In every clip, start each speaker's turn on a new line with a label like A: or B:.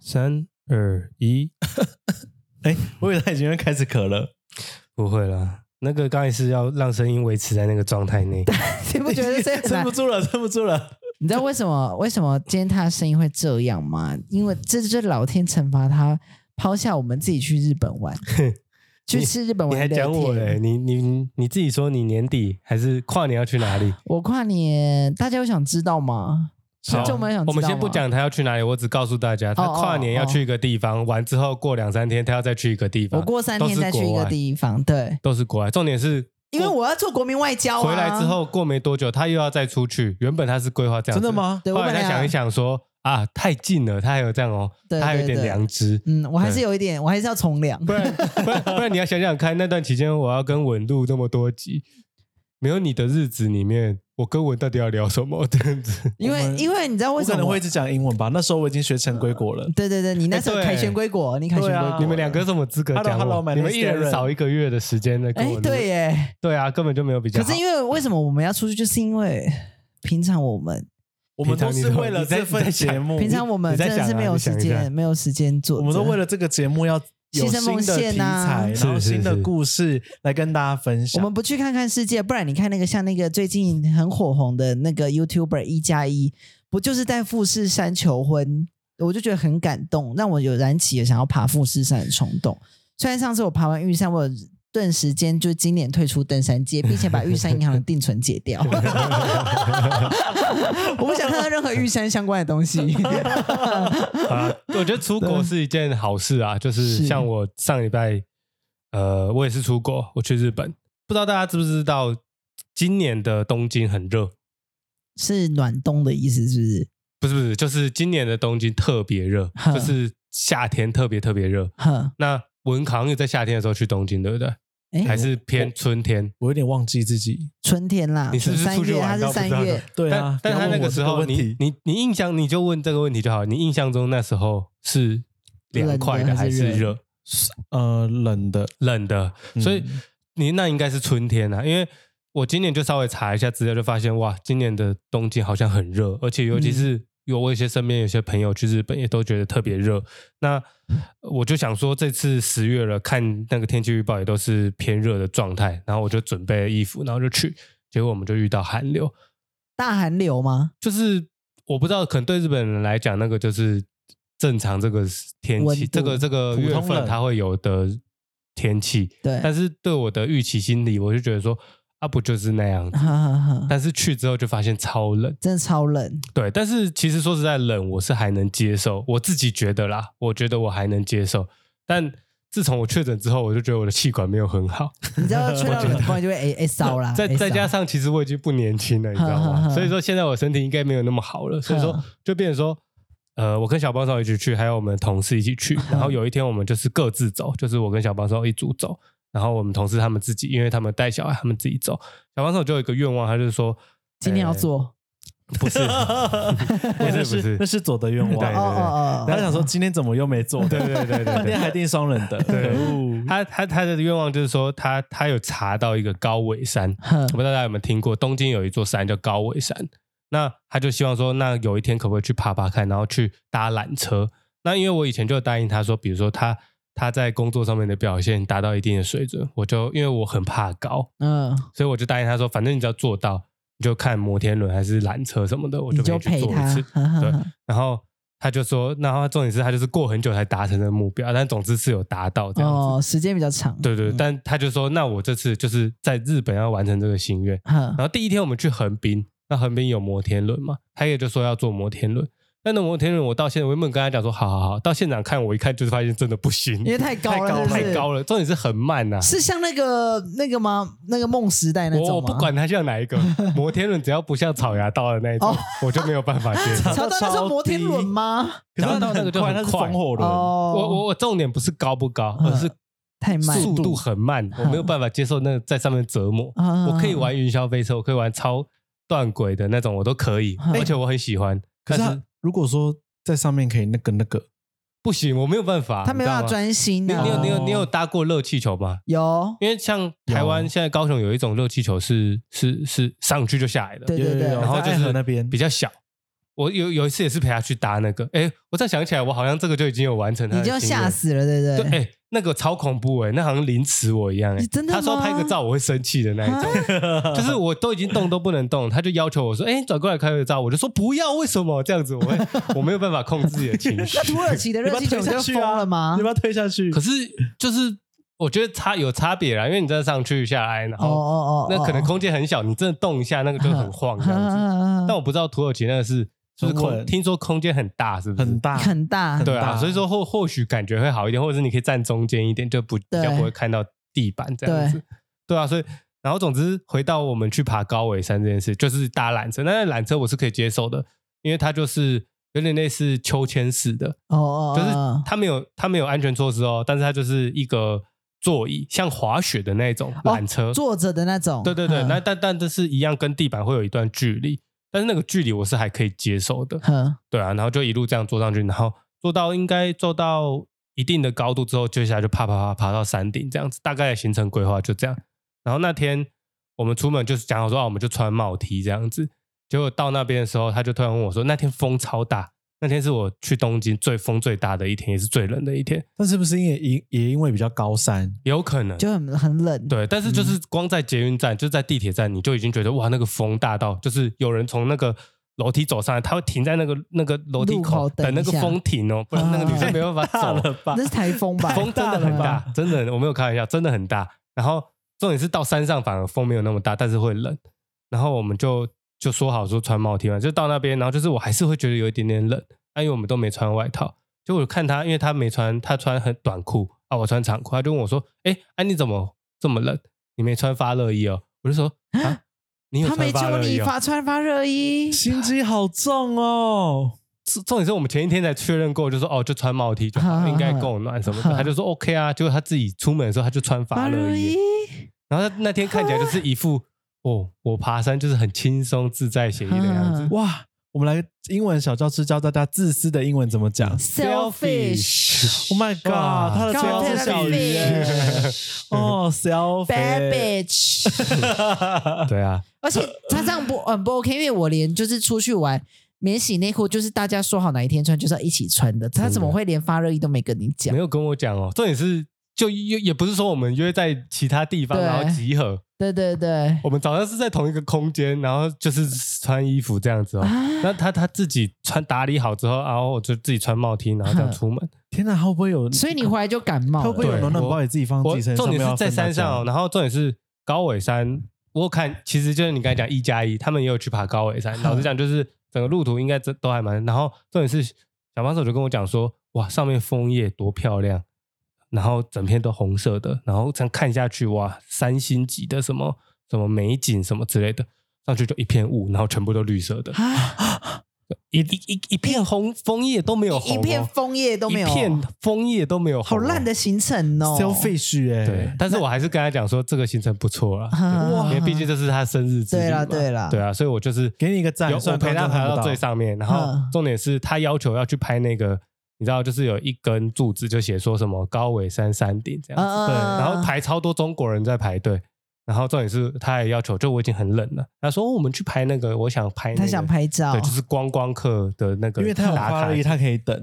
A: 三二一，
B: 哎、我以为他已经会开始咳了，
A: 不会啦。那个刚才是要让声音维持在那个状态 内，
C: 你不觉得这很
B: 撑
C: 难
B: 不？住了，撑不住了。
C: 你知道为什么为什么今天他的声音会这样吗？因为这就是老天惩罚他，抛下我们自己去日本 玩，去吃日本
A: 你
C: 玩
A: 还
C: 的
A: 讲我嘞？
C: 天。
A: 你你你自己说你年底还是跨年要去哪里？
C: 我跨年，大家有想知道吗？
A: 好
C: 观众们有想知道
A: 我
C: 吗
A: 们先不讲他要去哪里，我只告诉大家，他
C: 哦哦
A: 跨年要去一个地方，完之后过两三天他要再去一个地方，
C: 我过三天
A: 都是
C: 再去一
A: 国
C: 个
A: 外
C: 地方，对，
A: 啊都是国外。重点是
C: 因为我要做国民外交、啊。
A: 回来之，后过没多久，他又要再出去。原本他是规划这样，
B: 真的？吗？
C: 对我
A: 后来
C: 本来
A: 他想一
C: 要，
A: 想说啊，太近了，他还有这样哦，
C: 对
A: 他还有一
C: 对
A: 点
C: 对
A: 良 知。
C: 嗯，我还是
A: 对
C: 有一点，我还是要从良。
A: 不然不然不然，你要想想看，那段期间我要跟文录那么多集，没有你的日子里面，我跟文到底要聊什么？这样 子，
C: 因
B: 我
C: 为
B: 们
C: 因为你知道为
B: 我
C: 什
B: 可
C: 么
B: 能
C: 我？
B: 会一直讲英文吧。那时候我已经学成归国了。
C: 对对对，你那时候
A: 哎对
C: 凯旋归国，你凯旋
B: 对
C: 归
B: 啊
C: 国，
A: 你们两个有什么资格讲
B: Hello, hello,
A: 我？
B: my name
A: 你们
B: is
A: 一人
B: Darren
A: 少一个月的时间来跟
C: 哎
A: 我，录。
C: 对耶。
A: 对啊，根本就没有比较
C: 可
A: 好。
C: 是因为为什么我们要出去，就是因为平常我们
B: 我们都是为了这份节目，
C: 平常我们
A: 你在
C: 真
A: 想啊
C: 的是没有时
A: 你想一下
C: 间，没有时间做这。
B: 我们都为了这个节目要有
C: 牺牲
B: 新
C: 奉
B: 的题
C: 献啊
B: 材，然后
A: 是是
B: 新的
A: 是
B: 故事来跟大家分
C: 我
B: 享。
C: 们不去看看世界，不然你看那个像那个最近很火红的那个 YouTuber 一加一，不就是在富士山求婚？我就觉得很感动，让我有燃起了想要爬富士山的冲动。虽然上次我爬完玉山，我有顿时间就今年退出登山界，并且把玉山银行的定存解 掉。 我不想看到任何玉山相关的 东西。
A: 啊，我觉得出国是一件好事啊，就是
C: 是
A: 像我上礼拜，呃，我也是出国，我去日本，不知道大家知不知道，今年的东京很热，
C: 是暖冬的意思，是不是？
A: 不是不是，就是今年的东京特别热，
C: 哼
A: 就是夏天特别特别热。
C: 哼，
A: 那文康有在夏天的时候去东京，对不对？
C: 哎、
A: 还是偏春天？
B: 我有点忘记自己，
C: 春天啦，
A: 你是不是
C: 三
A: 出去
C: 月，
A: 玩
C: 他
A: 到
C: 是
A: 不知
C: 三
A: 道
C: 月，
B: 对啊
A: 但，但
B: 不
A: 他
B: 要
A: 那
B: 问
A: 个
B: 我
A: 时
B: 这
A: 候，
B: 问
A: 你
B: 题
A: 你你印象你就问这个问题就好。你印象中那时候是凉快
C: 冷的
A: 还
C: 还是
A: 是
C: 热
A: 热
B: 呃冷的，
A: 冷的？
B: 嗯
A: 所以你那应该是春天啊，因为我今年就稍微查一下资料，就发现哇，今年的东京好像很热，而且
B: 嗯
A: 尤其是有我一些身边有些朋友去日本也都觉得特别热。那我就想说，这次十月了，看那个天气预报也都是偏热的状态，然后我就准备了衣服，然后就去，结果我们就遇到寒流，
C: 大寒流吗？
A: 就是我不知道，可能对日本人来讲，那个就是正常这个天
C: 温
A: 气，
C: 度
A: 这个这个
B: 普通
A: 月
B: 冷
A: 份它会有的天气。
C: 对，
A: 但是对我的预期心理，我就觉得说啊，不就是那样子。
C: 哈哈哈，
A: 但是去之后就发现超冷，
C: 真的超冷，
A: 对。但是其实说实在，冷我是还能接受，我自己觉得啦，我觉得我还能接受。但自从我确诊之后，我就觉得我的气管没有很好，
C: 你知道吹到冷风就 会哎哎烧啦，
A: 再
C: 哎
A: 再
C: 烧
A: 加上其实我已经不年轻了，你知道
C: 呵呵
A: 吗？
C: 呵
A: 所以说现在我身体应该没有那么好了，所以说
C: 呵
A: 就变成说。呃，我跟小帮手一起去，还有我们同事一起去。然后有一天我们就是各自走，就是我跟小帮手一组走，然后我们同事他们自己，因为他们带小孩，他们自己走。小帮手就有一个愿望，他就说
C: 今天要做，
A: 不 是，不是
B: 那
A: 不
B: 是那
A: 是，
B: 是左的愿
A: 对
C: 哦
B: 望。
C: 哦哦，
A: 哎
B: 然后想说今天怎么又没做？
A: 对对对对对
B: 饭店还订双人的，
A: 对
B: 可
C: 哦
B: 恶
A: 他他他的愿望就是说他他有查到一个高尾山，
C: 哼
A: 我不知道大家有没有听过，东京有一座山叫高尾山。那他就希望说，那有一天可不可以去爬爬看，然后去搭缆车？那因为我以前就答应他说，比如说他他在工作上面的表现达到一定的水准，我就因为我很怕高，
C: 嗯，
A: 所以我就答应他说，反正你只要做到，你就看摩天轮还是缆车什么的，我
C: 你
A: 就
C: 就
A: 陪你去
C: 陪
A: 做
C: 他
A: 一次。，
C: 哈哈
A: 对
C: 哈
A: 然后他就说，然后重点是他就是过很久才达成的目标，但总之是有达到这样子。
C: 哦，时间比较长，
A: 对对，
C: 嗯
A: 但他就说，那我这次就是在日本要完成这个心愿。
C: 哼
A: 然后第一天我们去横滨，那横滨有摩天轮嘛，他也就说要坐摩天轮。但那摩天轮我到现在，我原本跟他讲说好好好，到现场看我一看就是发现真的不行，
C: 因为太高
B: 太高
C: 了，
B: 了
C: 是不是
A: 太高了，重点是很慢呐、
C: 是像那个那个吗？那个梦时代那
A: 我我
C: 种
A: 不
C: 吗？
A: 管它像哪一个摩天轮，只要不像草芽道的那一种
C: 哦，
A: 我就没有办法接受。
C: 查到那时候摩天轮吗？
A: 可是到那个就
B: 快，那
A: 很
B: 是
A: 快
B: 风。火 轮。
C: 哦，嗯
A: 我我我重点不是高不高，而是
C: 太慢，
A: 速度很慢，我没有办法接受那个在上面折磨。
C: 啊
A: 我可以玩云霄飞车，我可以玩超断轨的那种，我都可以，
C: 嗯
A: 而且我很喜欢。
B: 可是
A: 但
B: 他如果说在上面可以那个那个，
A: 不行，我没有办法，
C: 他没办法
A: 转。
C: 专心
A: 你
C: 啊。
A: 有你有你有
B: 哦
A: 你有搭过热气球吗？
C: 有
A: 因为像台湾
B: 有
A: 现在高雄有一种热气球是是是上去就下来的，
C: 对
B: 有有
C: 对对
B: 有
A: 然后就
B: 在爱河
A: 是
B: 那边
A: 比较小。我有有一次也是陪他去搭那个，哎，我再想起来，我好像这个就已经有完成他
C: 你
A: 的
C: 就
A: 心愿
C: 吓死了，对不
A: 对，哎、那个超恐怖哎、那好像凌迟我一样哎、
C: 你真的
A: 他说
C: 吗
A: 拍个照我会生气的那一
C: 啊
A: 种，
B: 就
A: 就是我都已经动都不能动，他就要求我说，哎、转过来拍个照，我就说不要，为什么这样子？我会我没有办法控制自己的情绪
C: 那。土耳其的
B: 你
C: 热
B: 把它
C: 气球
B: 推
C: 就
B: 下去
C: 疯
B: 啊
C: 了吗
B: 你？把它推下去
A: 可，是就是我觉得差有差别啦，因为你真的上去下来，然
C: 哦
A: 后
C: 哦哦，嗯
A: 那可能
C: 哦
A: 空间很小，你真的动一下那个就很晃这样子。但我不知道土耳其那个是就是
B: 很
A: 空，
B: 稳
A: 听说空间很大，是不是
B: 很？大，
C: 很大，
A: 对
B: 很
A: 啊，
B: 大
A: 所以说或或许感觉会好一点，或者是你可以站中间一点，就不比
C: 对
A: 较不会看到地板这样子。对啊，所以然后总之回到我们去爬高尾山这件事，就是搭缆车，那缆车我是可以接受的，因为它就是有点类似秋千式的，
C: 哦哦，
A: 就是
C: 哦
A: 它没有它没有安全措施哦，但是它就是一个座椅，像滑雪的那种缆车，
C: 坐着的那种，
A: 对对对，
C: 哦嗯
A: 那但但这是一样，跟地板会有一段距离，但是那个距离我是还可以接受的。
C: 嗯
A: 对啊，然后就一路这样坐上去，然后坐到应该坐到一定的高度之后，接下来就爬爬爬爬到山顶这样子，大概的行程规划就这样。然后那天我们出门就是讲好说啊，我们就穿帽 T 这样子。结果到那边的时候，他就突然问我说：“那天风超大，那天是我去东京最风最大的一天，也是最冷的一天，
B: 那是不是因为也也因为比较高山？
A: 有可能。”
C: 就很很冷，
A: 对，但是就是光在捷运站，就在地铁站，你就已经觉得哇，那个风大到，就是有人从那个楼梯走上来，他会停在那个那个楼梯
C: 路
A: 口
C: 口等
A: 等那个
C: 一下
A: 风停哦，不然那个女生没办法
B: 大
A: 走。
B: 了吧
C: 那？是台风 吧？
A: 风哎真的很
C: 了
A: 大
C: 吧，
A: 真的，我没有开玩笑，真的很大。然后重点是到山上反而风没有那么大，但是会冷。然后我们就就说好说穿毛 T 嘛，就到那边，然后就是我还是会觉得有一点点冷，啊、因为我们都没穿外套。就我看他，因为他没穿，他穿很短裤啊，我穿长裤，他就问我说：“哎、啊你怎么这么冷？你没穿发热衣哦？”我就说：“啊，你有
C: 他
A: 穿
C: 没
A: 发
C: 救
A: 热衣
C: 你
A: 哦？”
C: 发穿发热衣，
B: 心机好重哦，
A: 重重点是我们前一天才确认过，就说哦，就穿毛 T 就
C: 哈哈
A: 好，
C: 哈
A: 应该够暖什么
C: 哈
A: 的。他就说 OK 啊，结果他自己出门的时候他就穿
C: 发
A: 发
C: 热
A: 热
C: 衣
A: 衣，，然后他那天看起来就是一副哦，我爬山就是很轻松自在写意的样子
C: 哈。
B: 哇！我们来个英文小教室教大家自私的英文怎么讲。
C: selfish。
B: Oh my god！
A: 哇
B: 他的绰号是小鱼耶哦
C: ，bad
B: ，selfish。
C: bitch，嗯
A: 对啊，
C: 而且他这样不很不 OK，因为我连就是出去玩免洗内裤，就是大家说好哪一天穿就是要一起穿的，他怎么会连发热衣都没跟你讲
A: 没？有跟我讲哦，重点是就也也不是说我们约在其他地方
C: 对
A: 然后集合，
C: 对对对，
A: 我们早上是在同一个空间，然后就是穿衣服这样子哦。
C: 啊
A: 那他他自己穿打理好之后，然后我就自己穿帽 T，然后这样出门。
B: 天哪，他会不会有？
C: 所以你回来就感冒
B: 他会
C: 了
B: 不会有
A: 对
B: 暖暖
A: 我
B: 包也自己放自
A: 我
B: 己身上？
A: 重点
B: 没
A: 是
B: 有
A: 在
B: 分大
A: 山
B: 家
A: 上、哦，然后重点是高尾山，我有看其实就是你刚才讲一加一，他们也有去爬高尾山。老实讲，就是整个路途应该这都还蛮。然后重点是小帮手就跟我讲说，哇，上面枫叶多漂亮，然后整片都红色的，然后这样看下去，哇，三星级的什么什么美景什么之类的，上去就一片雾，然后全部都绿 色的，
C: 啊，
A: 一一一一片红枫叶都没有红、
C: 一
A: 哦，
C: 片枫叶都没有，
A: 一片枫叶都没有
C: 好
A: 红哦、
C: 烂的行程哦。
B: selfish 哎，
A: 对，但是我还是跟他讲说这个行程不错啦，
C: 啊
A: 对因为毕竟这是他生日之旅
C: 对啦
A: 嘛
C: 对啦
A: 对啊，所以我就是
B: 给你一个赞
A: 有
B: 虽
A: 我
B: 然
A: 陪
B: 观
A: 他
B: 众
A: 爬
B: 看不
A: 到
B: 到
A: 最上面，然后
C: 嗯
A: 重点是他要求要去拍那个，你知道，就是有一根柱子就写说什么高尾山山顶这样子，
C: 嗯
B: 对
A: 然后排超多中国人在排队。然后重点是，他也要求，就我已经很冷了。他说、哦我们去拍那个，我想拍、那个，
C: 他想拍照
A: 对，就是观光客的那个
B: 因为他有
A: 打
B: 发
A: 卡
B: 热衣，他可以等。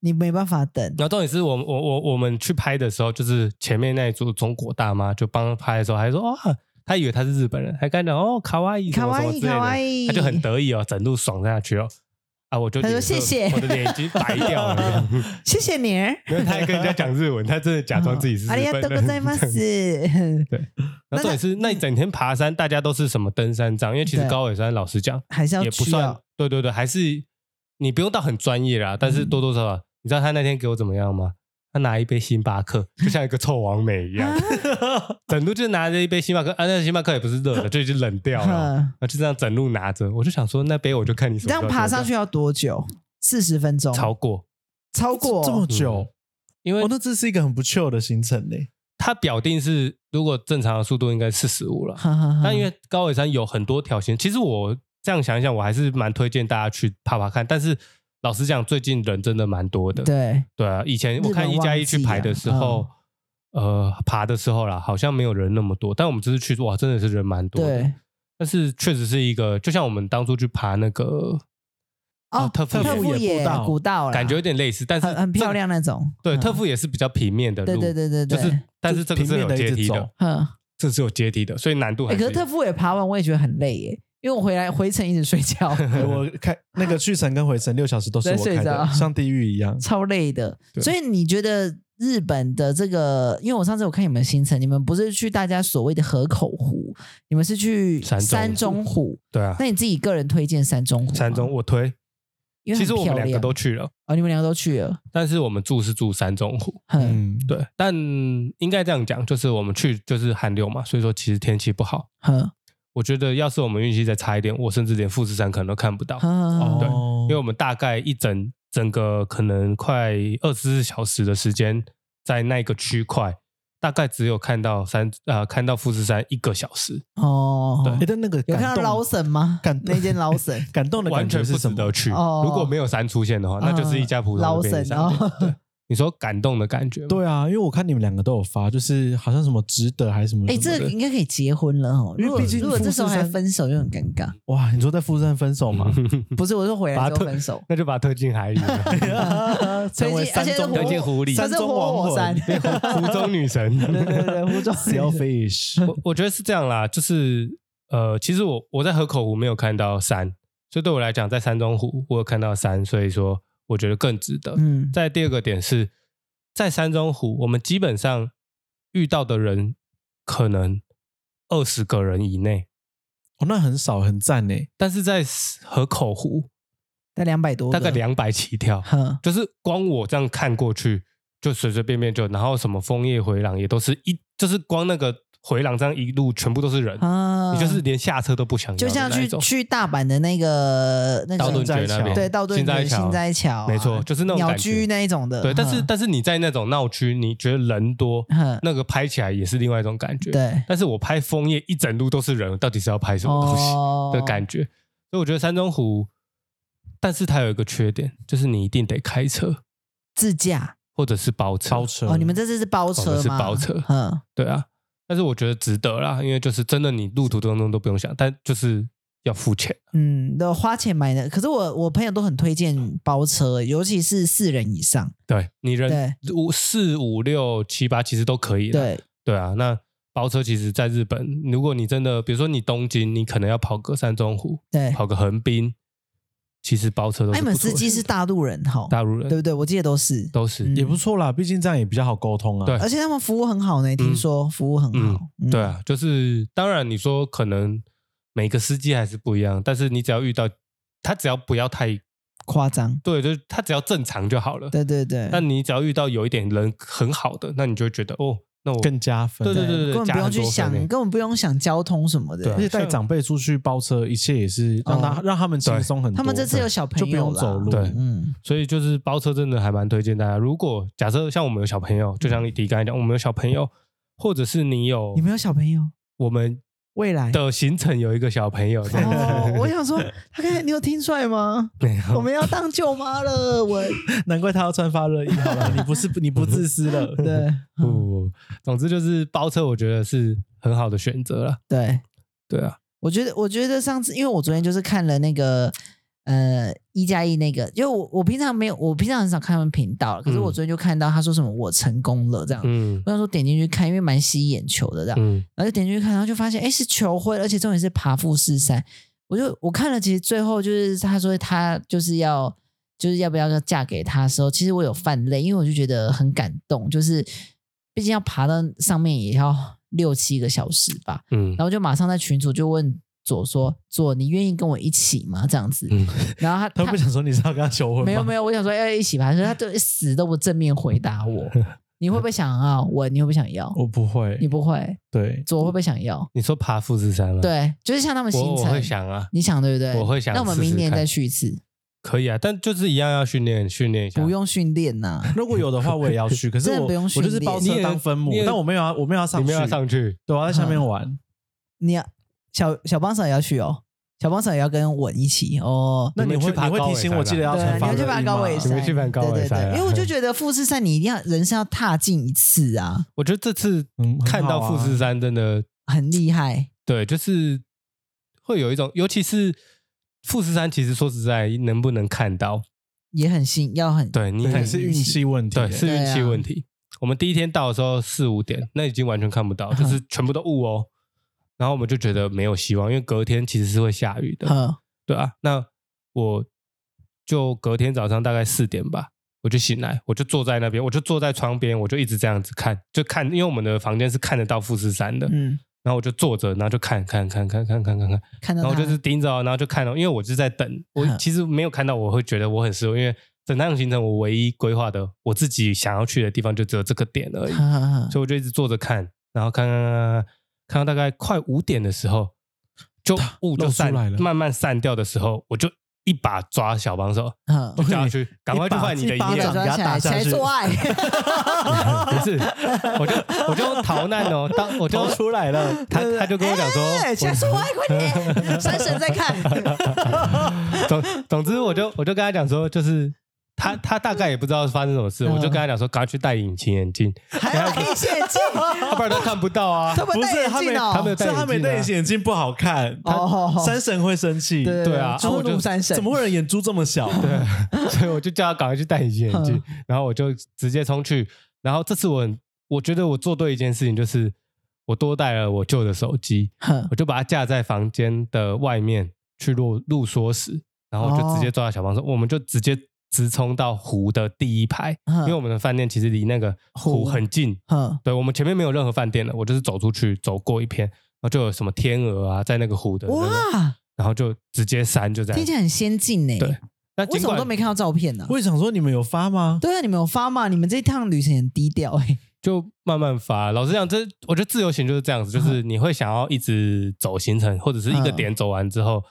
C: 你没办法等，
A: 然后重点是我我我我们去拍的时候，就是前面那一组中国大妈就帮她拍的时候，还说哇，她以为她是日本人，还跟她讲哦卡哇伊什
C: 卡
A: 么
C: 哇
A: 什么
C: 伊
A: 之类
C: 卡哇
A: 的，
C: 伊，
A: 她就很得意哦，整路爽下去哦。啊，我就
C: 她说
A: 脸色
C: 谢谢
A: 我的脸已经白掉 了。
C: 谢谢你儿，
A: 然后她还跟人家讲日文，她真的假装自己是日
C: 啊
A: 本
C: りが
A: 人。
C: とうございま
A: 这样
C: す。
A: 然后重点是，那一整天爬山，大家都是什么登山杖？因为其实
C: 对
A: 高尾山老实讲，
C: 还是要
A: 也不
C: 去
A: 算
C: 哦，，
A: 对对对，还是你不用到很专业啦，但
C: 嗯
A: 是多多少少，你知道他那天给我怎么样吗？他拿一杯星巴克，就像一个臭王美一样，
C: 啊
A: 整路就拿着一杯星巴克，啊，那个星巴克也不是热的，就已经冷
C: 嗯
A: 掉了，
C: 哼
A: 啊，就这样整路拿着，我就想说那杯我就看你什
C: 这
A: 么时候
C: 样爬上去要多久？四十分钟，
A: 丢掉超过，
C: 超过
B: 这么久，
A: 因为
B: 哦，那这是一个很不 chill 的行程呢。
A: 他表定是如果正常的速度应该四十五了，
C: 哈哈哈
A: 但因为高尾山有很多条线，其实我这样想一想，我还是蛮推荐大家去爬爬看。但是老实讲，最近人真的蛮多的。
C: 对，
A: 对啊，以前
C: 日
A: 我看
C: 本
A: 一加一
C: 旺
A: 去
C: 季
A: 排
C: 啊嗯
A: 的时候，呃，爬的时候啦，好像没有人那么多，但我们这次去哇，真的是人蛮多的。
C: 对，哦
A: 但是确实是一个，就像我们当初去爬那个
C: 哦，
A: 啊特富
B: 野
C: 富野
B: 古道
C: 古道啦，
A: 感觉有点类似，但是
C: 很很
A: 这
C: 漂亮那种。
A: 对，
C: 嗯
A: 特富也是比较平面的路，
C: 对对对对
A: 就
C: 对，
A: 是但是这个
B: 平
A: 是有
B: 面的
A: 阶
B: 一直
A: 梯
B: 走
A: 的，，
C: 嗯，
A: 这是有阶梯的，所以难度还
C: 欸
A: 是有。
C: 可是特富也爬完，我也觉得很累耶，因为我回来回程一直睡觉，
B: 对哎我开那个去程跟回程六小时都是我
C: 在
B: 开
C: 睡着
B: 的，像地狱 一样。
C: 超累的。
B: 对
C: 所以你觉得日本的这个？因为我上次有看你们行程，你们不是去大家所谓的河口湖，你们是去
A: 山中湖
C: 山中湖。
A: 对啊，
C: 那你自己个人推荐山中湖吗？
A: 山中我推，
C: 嗯因为
A: 其
C: 很
A: 实我们
C: 漂
A: 两个
C: 亮
A: 都去了，
C: 哦，你们两个都去了，
A: 但是我们住是住山中湖，
C: 很
B: 嗯，
A: 对，但应该这样讲，就是我们去就是寒流嘛，所以说其实天气不好。
C: 很
A: 我觉得要是我们运气再差一点，我甚至连富士山可能都看不到，
C: 很
A: 哦对因为
B: 哦，
A: 我们大概一整整个可能快二十四小时的时间，在那个区块，大概只有看到山呃看到富士山一个小时，
C: 哦，
B: 诶哎但那个
C: 有看
B: 感
C: 到
B: 动
C: 劳森吗？
B: 感
C: 那间劳 森
B: 感动的
A: 完
B: 感
A: 全
B: 觉
A: 不
B: 是什
A: 值
B: 么嗯
A: 得？去。
C: 哦
A: 如果没有山出现的话，那就是一家普通的
C: 劳
A: 便利
C: 森
A: 商店。
C: 哦。
A: 你说感动的感觉吗，
B: 对啊，因为我看你们两个都有发，就是好像什么值得还是什么
C: 哎，
B: 什么
C: 这
B: 的
C: 个应该可以结婚了哦。
B: 因为
C: 如果
B: 毕竟
C: 如果这时候
B: 富士
C: 还
B: 山
C: 分手就很尴尬。
B: 哇，你说在富士山分 手吗？
A: 嗯
C: 不是，我说回来
A: 把它
C: 之后
A: 退
C: 分手。
A: 那就把它推进海里了，
B: 成为
C: 而
B: 山
C: 且是
B: 中
A: 推进湖里，
B: 山
C: 可是
B: 中
C: 活
B: 亡
C: 火
B: 魂
C: 山，对
A: 湖中女
C: 对
A: 神。
C: 对，湖中
B: selfish，
A: 我我觉得是这样啦，就是呃，其实我我在河口湖没有看到山，所以对我来讲，在山中湖我有看到山，所以说我觉得更值得。
C: 嗯，
A: 再第二个点是，在山中湖，我们基本上遇到的人可能二十个人以内，
B: 哦，那很少，很赞欸呢。
A: 但是在河口湖
C: 在两百多
A: 大
C: 个，
A: 概两百起跳，
C: 哼，
A: 就是光我这样看过去，就随随便便就，然后什么枫叶回廊也都是一，就是光那个回廊这样一路全部都是人，
C: 啊
A: 你就是连下车都不想要的
C: 就像
A: 那一
C: 去
A: 种
C: 去大阪的那个那
A: 道
C: 个
A: 顿
B: 新
A: 崛
B: 斋
A: 那边，
B: 桥
C: 对道顿
A: 新
C: 崛、
A: 斋桥
C: 新斋桥啊，
A: 没错，就是那种
C: 鸟
A: 感觉
C: 居那一种的，
A: 对，但是
C: 哼
A: 但是你在那种闹区，你觉得人多，
C: 哼，
A: 那个拍起来也是另外一种感觉。
C: 嗯对
A: 但是我拍枫叶一整路都是人，到底是要拍什么东西
C: 哦
A: 的感觉？所以我觉得山中湖，但是它有一个缺点，就是你一定得开车
C: 自驾
A: 或者是包车。
B: 包车
C: 哦，你们这次是包车
A: 我
C: 吗？
A: 们是包车
C: 嗯，
A: 对啊，但是我觉得值得啦，因为就是真的你路途当中都不用想，但就是要付钱。
C: 嗯，都花钱买的。可是我我朋友都很推荐包车，尤其是四人以上。
A: 对你人
C: 对
A: 五四五六七八其实都可以啦。
C: 对，
A: 对啊，那包车其实在日本，如果你真的比如说你东京，你可能要跑个山中湖，
C: 对
A: 跑个横滨，其实包车都
C: 哎
A: 是
C: 你
A: 不
C: 们
A: 错
C: 司
A: 的
C: 机是大陆人哈，
A: 大陆人，
C: 对不对？我记得都是，
A: 都是、
C: 嗯
B: 也不错啦，毕竟这样也比较好沟通啊。
A: 对
C: 而且他们服务很好呢，听说服务很好。嗯
A: 嗯对，啊，就是当然你说可能每个司机还是不一样，但是你只要遇到他只要不要太
C: 夸张。
A: 对，就是他只要正常就好了。
C: 对对对，
A: 但你只要遇到有一点人很好的，那你就会觉得哦，那我
B: 更加分。
A: 对对对
C: 根本
A: 加
C: 不用
A: 很多
C: 去
A: 分
C: 想，
A: 欸
C: 根本不用想交通什么
A: 对
C: 的
A: 啊。
B: 而且带长辈出去包车，一切也是让他
C: 哦
B: 让他们轻松很多。
C: 他们这次有小
B: 就
C: 朋
B: 不
C: 友
B: 用
C: 啦
B: 走路。
A: 对
C: 嗯，
A: 所以就是包车真的还蛮推荐大家。如果假设像我们有小朋友，就像迪刚才讲，我们有小朋友，或者是你有
C: 嗯你们有小朋友，
A: 我们
C: 未来
A: 的行程有一个小朋友，这样
C: 哦，我想说，他刚才你有听出 来吗？
A: 没有
C: 我们要当舅妈了， 我
B: 难怪他要穿发热衣。好了，你不是你不自私了。
C: 对
A: 不不不，总之就是包车，我觉得是很好的选择了。
C: 对，
A: 对啊，
C: 我觉得，我觉得上次，因为我昨天就是看了那个呃一加一那个，因为我我平常没有，我平常很少看他们频道，可是我
A: 嗯
C: 昨天就看到他说什么我成功了这样，
A: 嗯
C: 我想说点进去看，因为蛮吸眼球的这样，
A: 嗯，
C: 然后就点进去看，然后就发现哎是求婚，而且重点是爬富士山，我就我看了，其实最后就是他说他就是要就是要不要嫁给他的时候，其实我有泛泪，因为我就觉得很感动，就是毕竟要爬到上面也要六七个小时吧，
A: 嗯
C: 然后就马上在群组就问左说：“左，你愿意跟我一起吗？”这样子，
A: 嗯
C: 然后他
B: 他不想说你是要跟他求婚吗？
C: 没有没有，我想说哎要一起吧，可是他就死都不正面回答 我。你会不会想要我？你会不会想要？
B: 我不会
C: 你。不会，
B: 对，
C: 左会不会想要？
A: 你说爬富士山吗？，
C: 对，就是像他们
A: 我
C: 行
A: 嗯我
C: 程，
A: 会想啊，
C: 你想对不对？
A: 我会想
C: 那我们
A: 试试
C: 明年
A: 看
C: 再去一次，
A: 可以啊，但就是一样要训练训练一下。
C: 不用训练呐、
B: 如果有的话，我也 要去。可是
C: 真的
B: 我
C: 不用
B: 我
C: 训
B: 就是包
A: 练
B: 车当分母
A: 你也，
B: 但我没有要我没有要上
A: 你
B: 去，啊嗯
A: 们要上去，
B: 对，我要在下面玩。
C: 你要小小帮手也要去哦，小帮手也要跟我一起哦。
B: 那你
A: 你们
B: 会
A: 去爬
B: 你会
A: 高
B: 提
A: 尾
B: 醒
A: 山
B: 我，
A: 啊
B: 记得要
C: 对啊，
B: 穿
C: 你
B: 防
C: 要去
B: 热
C: 爬
B: 衣
C: 高
B: 吗
C: 尾
A: 你
C: 山，
A: 们去爬高
C: 对
A: 尾
C: 对
A: 山啊
C: 对，因为我就觉得富士山你一定要人生要踏进一次啊，
A: 我觉得这次
B: 嗯很好啊
A: 看到富士山真的、
C: 很厉害。
A: 对，就是会有一种，尤其是富士山，其实说实在，能不能看到，
C: 也很幸，要很
A: 对你
B: 对
A: 很
B: 是运气问题。
A: 对是
C: 对
A: 运气
C: 啊
A: 问题。我们第一天到的时候四五点，那已经完全看不到， 就是全部都雾哦。然后我们就觉得没有希望，因为隔天其实是会下雨的。
C: 呵
A: 对啊，那我就隔天早上大概四点吧，我就醒来，我就坐在那边，我就坐在窗边，我就一直这样子看，就看，因为我们的房间是看得到富士山的，
C: 嗯，
A: 然后我就坐着，然后就看看看看看看看看，
C: 看到
A: 然后我
C: 他
A: 就是盯着哦，然后就看了，因为我是在等，我
C: 嗯
A: 其实没有看到，我会觉得我很失落，因为整趟行程我唯一规划的我自己想要去的地方就只有这个点而已，
B: 嗯
C: 呵呵呵
A: 所以我就一直坐着看，然后看看看看，看到大概快五点的时候，就雾就
B: 露出
A: 散
B: 来了
A: 慢慢散掉的时候，我就一把抓小帮手，
C: 呵
A: 就叫他去，赶快去换你的
B: 一
A: 衣
B: 把
A: 服
B: 一。把
C: 假装
B: 掌给他
C: 起
B: 打
C: 来起
B: 下
C: 来做爱，
B: 去
A: 不是，我就我就逃难哦，当我就
B: 都出来了，
A: 他他就跟我讲说，
C: 哎起来做爱，快 点，山神在看，
A: 总总之，我就我就跟他讲说，就是他他大概也不知道发生什么事，
C: 嗯
A: 我就跟他讲说，赶快去戴隐形眼镜，
C: 还要黑眼镜，
A: 要不然他看不到 啊。
C: 他们
B: 不
C: 戴
B: 是
C: 眼
B: 他没
C: 镜哦，
A: 他没有
B: 是他没戴
A: 戴
B: 隐
A: 眼
B: 形眼镜啊不好看，
C: 哦
B: 他
C: 哦哦
B: 山神会生气。
C: 对
A: 对啊
C: 猪
A: 我就
C: 怒山神，
B: 怎么会有人眼珠这么 小？
A: 对， 所以我就叫他赶快去戴隐形眼镜，
C: 嗯
A: 然后我就直接冲去。然后这次我很，我觉得我做对一件事情，就是我多带了我旧的手机，
C: 哼？
A: 我就把它架在房间的外面去录录缩时，然后就直接抓到小帮手，
C: 哦
A: 我们就直接直冲到湖的第一排，
C: 嗯
A: 因为我们的饭店其实离那个湖
C: 湖
A: 很近，
C: 哼
A: 对我们前面没有任何饭店了，我就是走出去走过一片，然后就有什么天鹅啊，在那个湖的、那个，
C: 哇，
A: 然后就直接删就这
C: 听
A: 样
C: 起。来很先进呢。
A: 对，那
C: 为
A: 尽
C: 什么
A: 管
C: 都没看到照片呢？
B: 我也想说，你们有发吗？
C: 对啊，你们有发吗？你们这一趟旅程很低调哎。
A: 就慢慢发。老实讲，这我觉得自由行就是这样子，就是你会想要一直走行程，或者是一个
C: 嗯
A: 点走完之后，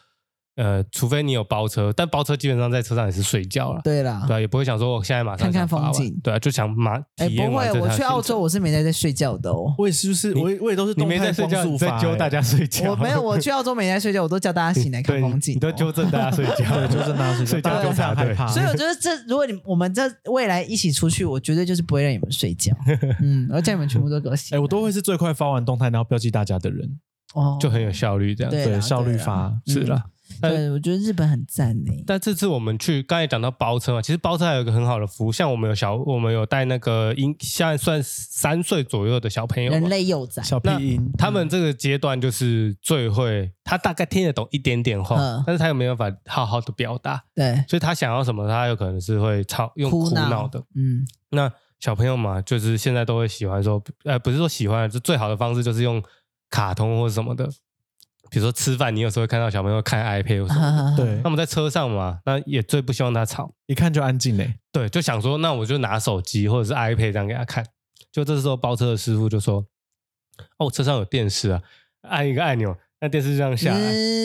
A: 呃，除非你有包车，但包车基本上在车上也是睡觉了，
C: 对啦，
A: 对啊，也不会想说我现在马上
C: 看看
A: 想发完
C: 风景
A: 对啊，就想马
C: 哎，
A: 体验
C: 不
A: 完
C: 会，
A: 这趟
C: 我去
A: 行
C: 澳洲
A: 程
C: 我是没在在睡觉的哦。
B: 我也是，就是我也我也都是
A: 你
B: 动
A: 没在
B: 态
A: 睡
B: 光
A: 觉，你
B: 速
A: 在
B: 发，
A: 揪
B: 哎
A: 大家睡觉，
C: 我 没有，我去澳洲没在睡觉，我都叫大家醒来看
A: 对
C: 风景哦。
A: 你都纠正大家睡觉，
B: 对，就是那样
A: 睡觉
B: 大家
A: 就
B: 非常
A: 打
B: 害
A: 对
B: 怕，
C: 所以我觉得这，如果你我们这未来一起出去，我绝对就是不会让你们 睡觉。嗯，我叫你们全部都给我醒
B: 哎，
C: 来。
B: 我都会是最快发完动态，然后标记大家的人，
C: 哦
A: 就很有效率这样。
C: 对啦
B: 对，效率发。
A: 是
C: 了。
A: 啦，但
C: 对，我觉得日本很赞欸呢。
A: 但这次我们去，刚才讲到包车嘛，其实包车还有一个很好的服务，像我们有小，我们有带那个婴，现在算三岁左右的小朋友嘛，
C: 人类嗯幼崽，
B: 小屁
A: 那
B: 音，
A: 他们这个阶段就是最会，他大概听得懂一点点话，
C: 嗯
A: 但是他又没办法好好的表达，
C: 对，
A: 所以他想要什么，他有可能是会吵用哭闹的。
C: 嗯，
A: 那小朋友嘛，就是现在都会喜欢说，呃，不是说喜欢，就最好的方式就是用卡通或者什么的，比如说吃饭，你有时候会看到小朋友看 iPad 或什么的，
B: 对
A: 那，我们在车上嘛，那也最不希望他吵，
B: 一看就安静嘞。
A: 对，就想说，那我就拿手机或者是 iPad 这样给他看。就这时候包车的师傅就说：“哦，车上有电视啊，按一个按钮，那电视这样下来。
C: 嗯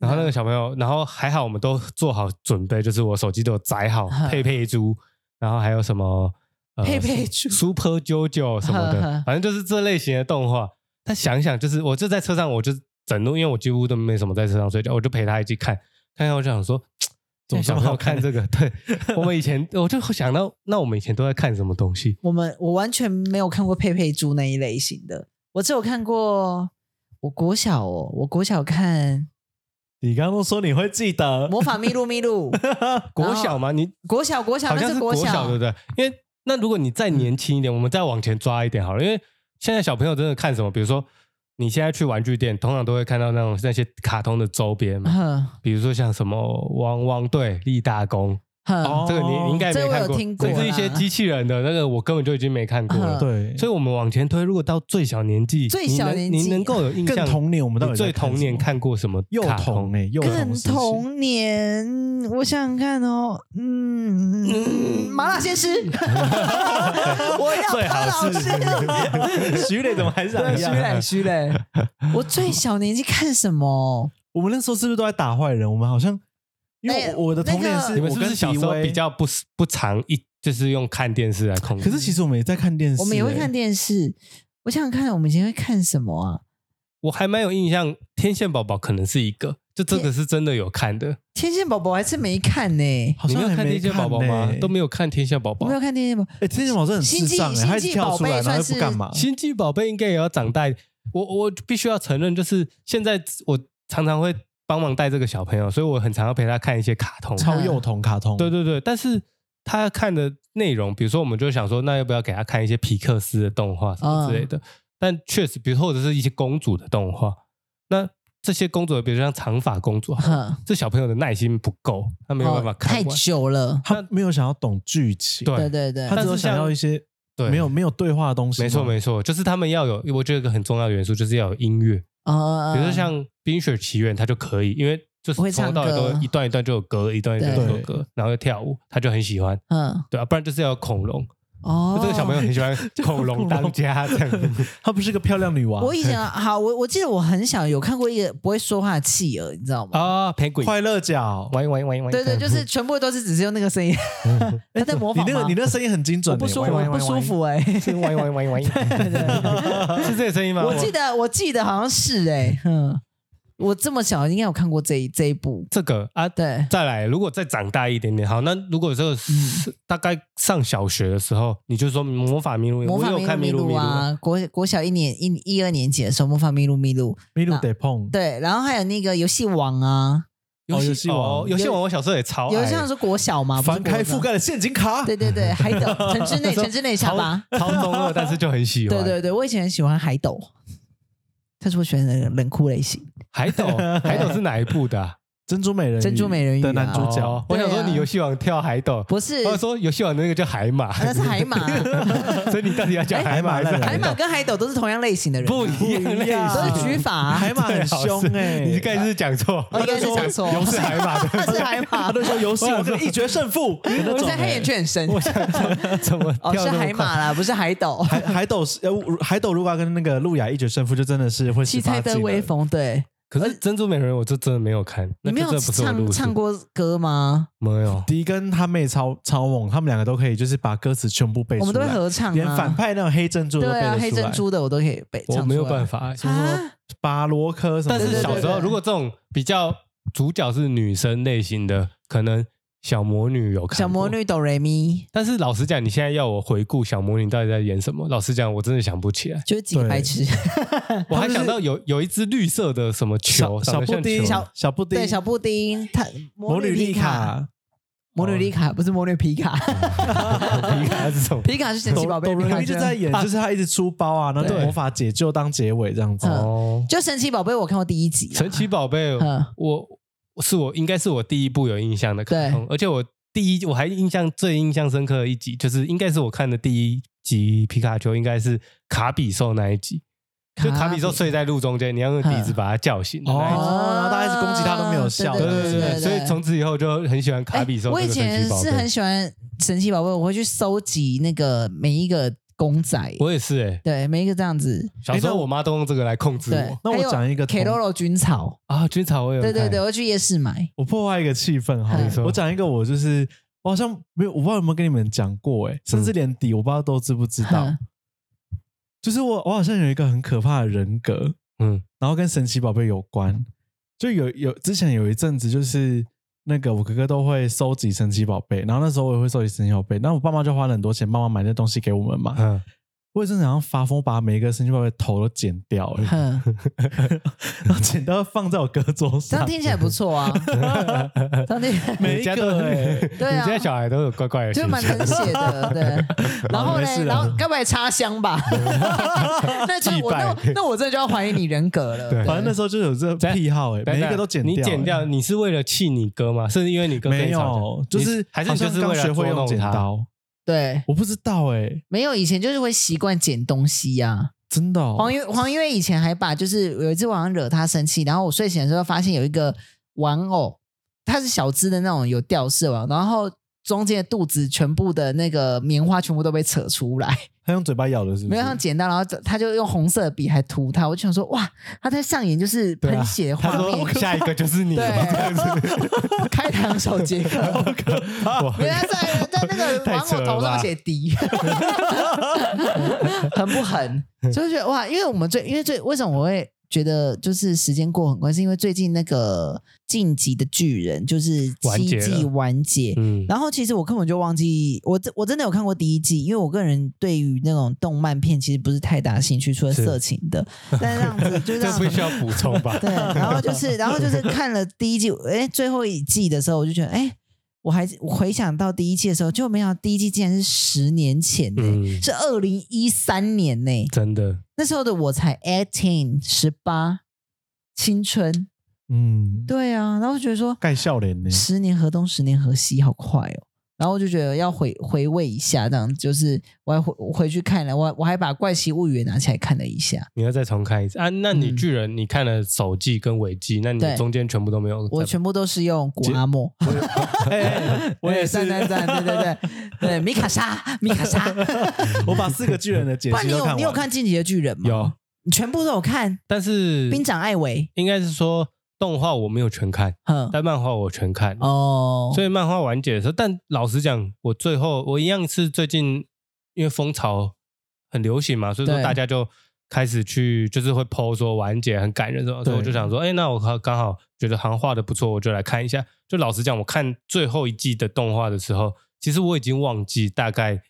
A: 然后那个小朋友，然后还好我们都做好准备，就是我手机都有载好
C: 呵
A: 佩佩猪，然后还有什么、呃
C: 嗯佩佩猪嗯
A: Super JoJo 什么
C: 呵呵
A: 的，反正就是这类型的动画。他想想，就是我就在车上，我就整路，因为我几乎都没什么在车上睡觉，我就陪他一起看，看看我就想 说，
B: 怎么
A: 想
B: 这么
A: 要
B: 好看
A: 看这个？ 对，我们以前我就想到，那我们以前都在看什么东西？
C: 我们我完全没有看过佩佩猪那一类型的，我只有看过我国小哦，我国小看
B: 你刚刚都说你会记得，
C: 魔法咪路咪路，
A: 国小吗？你
C: 国小国小嗯
A: 好
C: 那
A: 像是
C: 国
A: 国小，对不对？因为那如果你再年轻一点，我们再往前抓一点好了。因为现在小朋友真的看什么，比如说你现在去玩具店，通常都会看到那种那些卡通的周边嘛，
C: 哼
A: 比如说像什么汪汪队、立大功，啊
C: 哼
B: 哦
A: 这个你你应该也
C: 这
A: 没
C: 我有
A: 看过，
C: 听过
A: 甚至一些
C: 啦
A: 机器人的那个，我根本就已经没看过了。
C: 嗯
B: 对，
A: 所以，我们往前推，如果到最小年纪，
C: 最小
A: 你能
C: 年纪
A: 你能够有印象，
B: 更童年我们到底
A: 你
B: 在
A: 最
B: 看
A: 童年
B: 什么
A: 看过什么
B: 幼
A: 卡
B: 童
A: 通？
B: 哎，幼
C: 更
B: 童时期
C: 童年，我想想看哦，嗯，麻辣鲜师， 我要
A: 最
C: 当
A: 好
C: 老
A: 是
C: 师了。
B: 徐磊怎么还 是
C: 对，
B: 长一
C: 虚
B: 样
C: 嘞虚嘞，我最小年纪看什么？
B: 我们那时候是不是都在打坏人？我们好像，因为
C: 哎
B: 我我的童年
C: 那个
B: 是
A: 你们
B: 我
A: 是不
B: 跟
A: 是小
B: 迪
A: 时候
B: 威
A: 比？较不是不常一就是用看电视来控制？
B: 可是其实我们也在看电视，欸
C: 我们也会看
B: 哎。
C: 电视。我想想看，我们以前会看什么啊？
A: 我还蛮有印象，天线宝宝可能是一个，就这个是真的有看的。
C: 天线宝宝还是没看呢、
B: 好
A: 你没
B: 像
A: 有
B: 还
A: 看
B: 没
A: 天线宝宝
B: 看
A: 吗
B: 欸？
A: 都没有看天线宝
C: 我
A: 宝
C: 没。有看天线宝，
B: 哎，天线宝真的很智障
C: 星际
B: 哎，他一直跳出
C: 星际宝贝
B: 来，然后又
C: 算是
B: 不干嘛？
A: 星际宝贝应该也要长大。我我必须要承认，就是现在我常常会帮忙带这个小朋友，所以我很常要陪他看一些卡通。
B: 超幼童卡通，
A: 对对对，但是他看的内容，比如说我们就想说，那要不要给他看一些皮克斯的动画什么之类的？但确实，比如说或者是一些公主的动画，那这些公主的，比如像长发公主，
C: 哼，
A: 这小朋友的耐心不够，他没有办法
C: 哦
A: 看
C: 太
A: 完。
C: 久了。
B: 他没有想要懂剧情，
A: 对
C: 对对对，
B: 他只有
A: 但是像
B: 想要一些
A: 对，
B: 没有没有对话的东西吗，
A: 没错没错，就是他们要有，我觉得有一个很重要的元素就是要有音乐，
C: 呃，
A: 比如说像《冰雪奇缘》，他就可以，因为就是
C: 会
A: 从头
C: 唱
A: 到尾
C: 歌
A: 都一段一段就有歌，一段一段就有
B: 对
A: 歌，然后又跳舞，他就很喜欢，
C: 嗯
A: 对啊，不然就是要有恐龙，
C: 哦，
A: 这个小朋友很喜欢
B: 就
A: 恐龙当家这样子。
B: 她不是个漂亮女王，
C: 我以前啊好，我我记得我很小有看过一个不会说话的企鹅，你知道吗？
A: 啊，penguin，
B: 快乐角，
A: 玩玩玩玩，
C: 对对， 就是全部都是只是用那个声音，
A: 嗯
C: 他在模
B: 你
C: 仿
B: 那个
C: 吗
B: 你那个声音很精
C: 我
B: 准欸，
C: 不舒服，
B: 喂
C: 不舒。服哎。
A: 是玩玩玩玩，是这个声音 吗？
C: 我记得我记得好像是哎，嗯，我这么小应该有看过这一这一部，
A: 这个啊，
C: 对，
A: 再来，如果再长大一点点，好，那如果这个是大概上小学的时候，你就说魔法迷路，
C: 模
A: 我
C: 仿
A: 有
C: 咪
A: 看迷
C: 咪
A: 路迷路
C: 啊，国国小一年一一二年级的时候模仿咪路咪路，
B: 米露得碰，
C: 对，然后还有那个游戏王啊，
B: 哦
A: 游
B: 游
A: 戏
B: 戏
A: 王，
B: 王
A: 游戏王，我小时候也超爱，
C: 游戏王是国小嘛，不是
B: 翻开
C: 国中
B: 覆，盖的陷阱卡，
C: 对对对，海斗，城之内，城之内下巴，
A: 超中 二，但是就很喜欢。
C: 对，对对，我以前很喜欢海斗，但是我喜欢冷冷酷类型，
A: 海斗，海斗是哪一部的啊？
B: 珍珠美人鱼，
C: 珍珠美人鱼
B: 的男
C: 啊
B: 主角，
A: 哦我想说你游戏王跳海斗，
C: 不是，啊呃
A: 我想说游戏王的那个叫海 马，
C: 那是海马，
A: 所以你到底要讲
C: 哎
A: 海马还是
B: 海
C: 海
A: 斗
C: 马跟海斗都是同样类型的人啊，
A: 不一样类型，
C: 都是举法啊，
B: 海马很凶哎，
A: 你刚才啊是讲错，
C: 哦应该是讲错
A: 我就说游是海马的。
C: 是海马
B: 他，都说游戏我可以一决胜负，
C: 我
B: 我
C: 在黑眼圈很深，
A: 我想说怎么
C: 哦，
A: 跳
C: 是
A: 那
C: 海
A: 么快？
C: 马啦，不是海 斗，
B: 海海斗是呃，如海斗如果要跟那个路雅一决胜负，就真的是会
C: 七
B: 十
C: 彩
B: 八
C: 的
B: 禁
C: 微
B: 了。
C: 风，对
A: 可是珍珠美人鱼我就真的没有看，
C: 你
A: 那
C: 没
A: 就真
C: 有
A: 的不是我的
C: 唱
A: 路数
C: 唱过歌吗？
A: 没有？
B: 迪跟他妹超超猛，他们两个都可以，就是把歌词全部背出来，
C: 我们都会合唱啊
B: 连反派那种黑珍珠都背
C: 对
B: 得出
C: 啊，
B: 来。
C: 黑珍珠的我都可以背，
A: 我
C: 唱
A: 没有
C: 出来
A: 办 法。
B: 什么
C: 啊
B: 巴罗科什么
A: 但
B: 的，
A: 是小时
C: 对对
A: 候
C: 对
A: 如果这种比较主角是女生类型的，可能小魔女有看。
C: 小魔。女哆瑞咪，
A: 但是老实讲，你现在要我回顾小魔女到底在演什么，老实讲，我真的想不 起来。
C: 就是几个白痴，
A: 我还想到有有一只绿色的什么球，
B: 小
A: 长得
B: 布
A: 像球
B: 丁，小小布丁，
C: 对，小布丁，他
B: 魔女
C: 皮
B: 丽
C: 卡，
B: 卡，哦
C: 魔女丽卡不是魔女皮 卡，
A: 皮卡是什 么？
C: 皮卡是神奇宝贝，
B: 哆
C: 皮
B: 瑞
C: 卡
B: 咪就 在演，就是他一直出包啊，然后就
A: 对
B: 魔法解救当结尾这样子。
C: 嗯
A: 哦，
C: 就神奇宝贝，我看过第一集啊，
A: 神奇宝贝，哦
C: 嗯
A: 我是我应该是我第一部有印象的卡通，而且我第一我还印象最印象深刻的一集，就是应该是我看的第一集皮卡丘，应该是卡比兽那一集，就卡比兽睡在路中间，你要用笛子把它叫醒
C: 嗯
A: 的那一集。
B: 哦然后大家一直攻击他都没
C: 哦
B: 有笑
A: 对对对
B: 对
A: 对，所以从此以后就很喜欢卡比兽
C: 哎
A: 这
C: 我以
A: 个神
C: 前
A: 奇宝
C: 是很
A: 贝。
C: 喜欢神奇宝贝，我会去收集那个每一个公仔，
A: 我也是哎，
C: 对，每一个这样子。
A: 小时候我妈都用这个来控制
C: 哎对
A: 我，
B: 那我讲一个
C: k
B: 同
C: o r o 军草，
A: 啊。军草我有
C: 对
A: 看
C: 对对，我会去夜市买。
B: 我破坏一个气氛哈
C: 嗯你
A: 说，
B: 我讲一个我就是我好像没有，我不知道有没有跟你们讲过
A: 嗯
B: 哎、甚至连底我不知道都知不知道，
C: 哼
B: 就是我我好像有一个很可怕的人格，
A: 嗯
B: 然后跟神奇宝贝有关，就有有之前有一阵子就是。那个我哥哥都会收集神奇宝贝，然后那时候我也会收集神奇宝贝，那我爸妈就花了很多钱帮忙买那东西给我们嘛。
A: 嗯，
B: 我也真的想要发疯，把每一个神奇宝贝头都剪掉、 欸，
C: 哼，
B: 然后剪刀放在我哥桌
C: 这样
B: 上。
C: 听起来不错 啊， 这样听起来
B: 每
A: 你
B: 一
A: 家都
B: 个哎、
C: 对啊
A: 你家小孩都有怪怪的，
C: 就蛮能写的， 对。然后
B: 没
C: 呢，
B: 事啊
C: 然
B: 了
C: 后该不会插香 吧？那就我那
A: 祭拜
C: 那我真的就要怀疑你人格了。
A: 对
B: 反正那时候就有这个癖好哎、
A: 等
B: 每
A: 等
B: 一个都剪掉、
A: 你剪掉，你是为了气你哥吗？是因为你哥跟你
B: 没
A: 吵架
B: 有，就
A: 你
B: 是
A: 还是
B: 好
A: 你就
B: 像
A: 是
B: 刚
A: 为了
B: 学会
A: 捉
B: 用
A: 弄
B: 剪
A: 他？
B: 刀，
C: 对，
B: 我不知道哎、
C: 没有以前就是会习惯捡东西呀、
B: 真的、哦，
C: 黄月黄月以前还把就是有一次晚上惹他生气，然后我睡醒的时候发现有一个玩偶，它是小只的那种有吊饰玩偶，然后中间的肚子全部的那个棉花全部都被扯出来，
B: 他用嘴巴咬的是不是？
C: 没有像剪刀，然后他就用红色的笔还涂它，我就想说哇，他在上演就是
A: 对啊
C: 喷血的
A: 他
C: 画面，
A: 说下一个就是你，这 样子
C: 对，开膛手 杰克。
A: 哇
C: 人家在在那 个
A: 太
C: 玩
A: 扯
C: 偶
A: 了
C: 头
A: 吧
C: 上写敌，很不狠，就是觉得哇，因为我们最因为最为什么我会觉得就是时间过很快，是因为最近那个晋级的巨人就是
A: 完
C: 七
A: 结
C: 季
A: 了
C: 完结，
A: 嗯，
C: 然后其实我根本就忘记，我真我真的有看过第一季，因为我个人对于那种动漫片其实不是太大兴趣，除了
A: 是
C: 色情的。但是这样子 就是
A: 这
C: 让
A: 不需要补充吧？
C: 对，然后就是然后就是看了第一季，哎，最后一季的时候我就觉得，哎，我还我回想到第一季的时候，就没想到第一季竟然是十年前呢、
A: 嗯，
C: 是二零一三年呢、
A: 真的，
C: 那时候的我才 eighteen 十八，青春。
B: 嗯，
C: 对啊，然后就觉得说，
B: 盖笑脸 呢，
C: 十年河东，十年河西，好快哦。然后我就觉得要回回味一下，这样就是我还回我回去看了，我我还把《怪奇物语》也拿起来看了一下，
A: 你要再重看一次啊？那你
C: 嗯
A: 巨人，你看了首季跟尾季，那你
C: 对
A: 中间全部都没有？
C: 我全部都是用古阿莫，
B: 哎我也
C: 赞
B: 是，
C: 赞赞， 对对对 对，米卡莎，米卡莎。
B: 我把四个巨人的解
C: 不然
B: 析
C: 你
B: 都看
C: 有
B: 完。
C: 你有看《进击的巨人》吗？
A: 有，
C: 你全部都有看。
A: 但是
C: 兵长艾维，
A: 应该是说动画我没有全看，
C: 嗯，
A: 但漫画我全看。
C: 哦，
A: 所
C: 以
A: 以漫画完结的时候，但老实讲，我最后我一样是最近因为风潮很流行嘛，所以说
C: 对
A: 大家就开始去就是会 PO 说完结很感人什么，所以我就
B: 对
A: 想说，哎、那我刚刚好觉得行画的不错，我就来看一下。就老实讲，我看最后一季的动画的时候，其实我已经忘记大概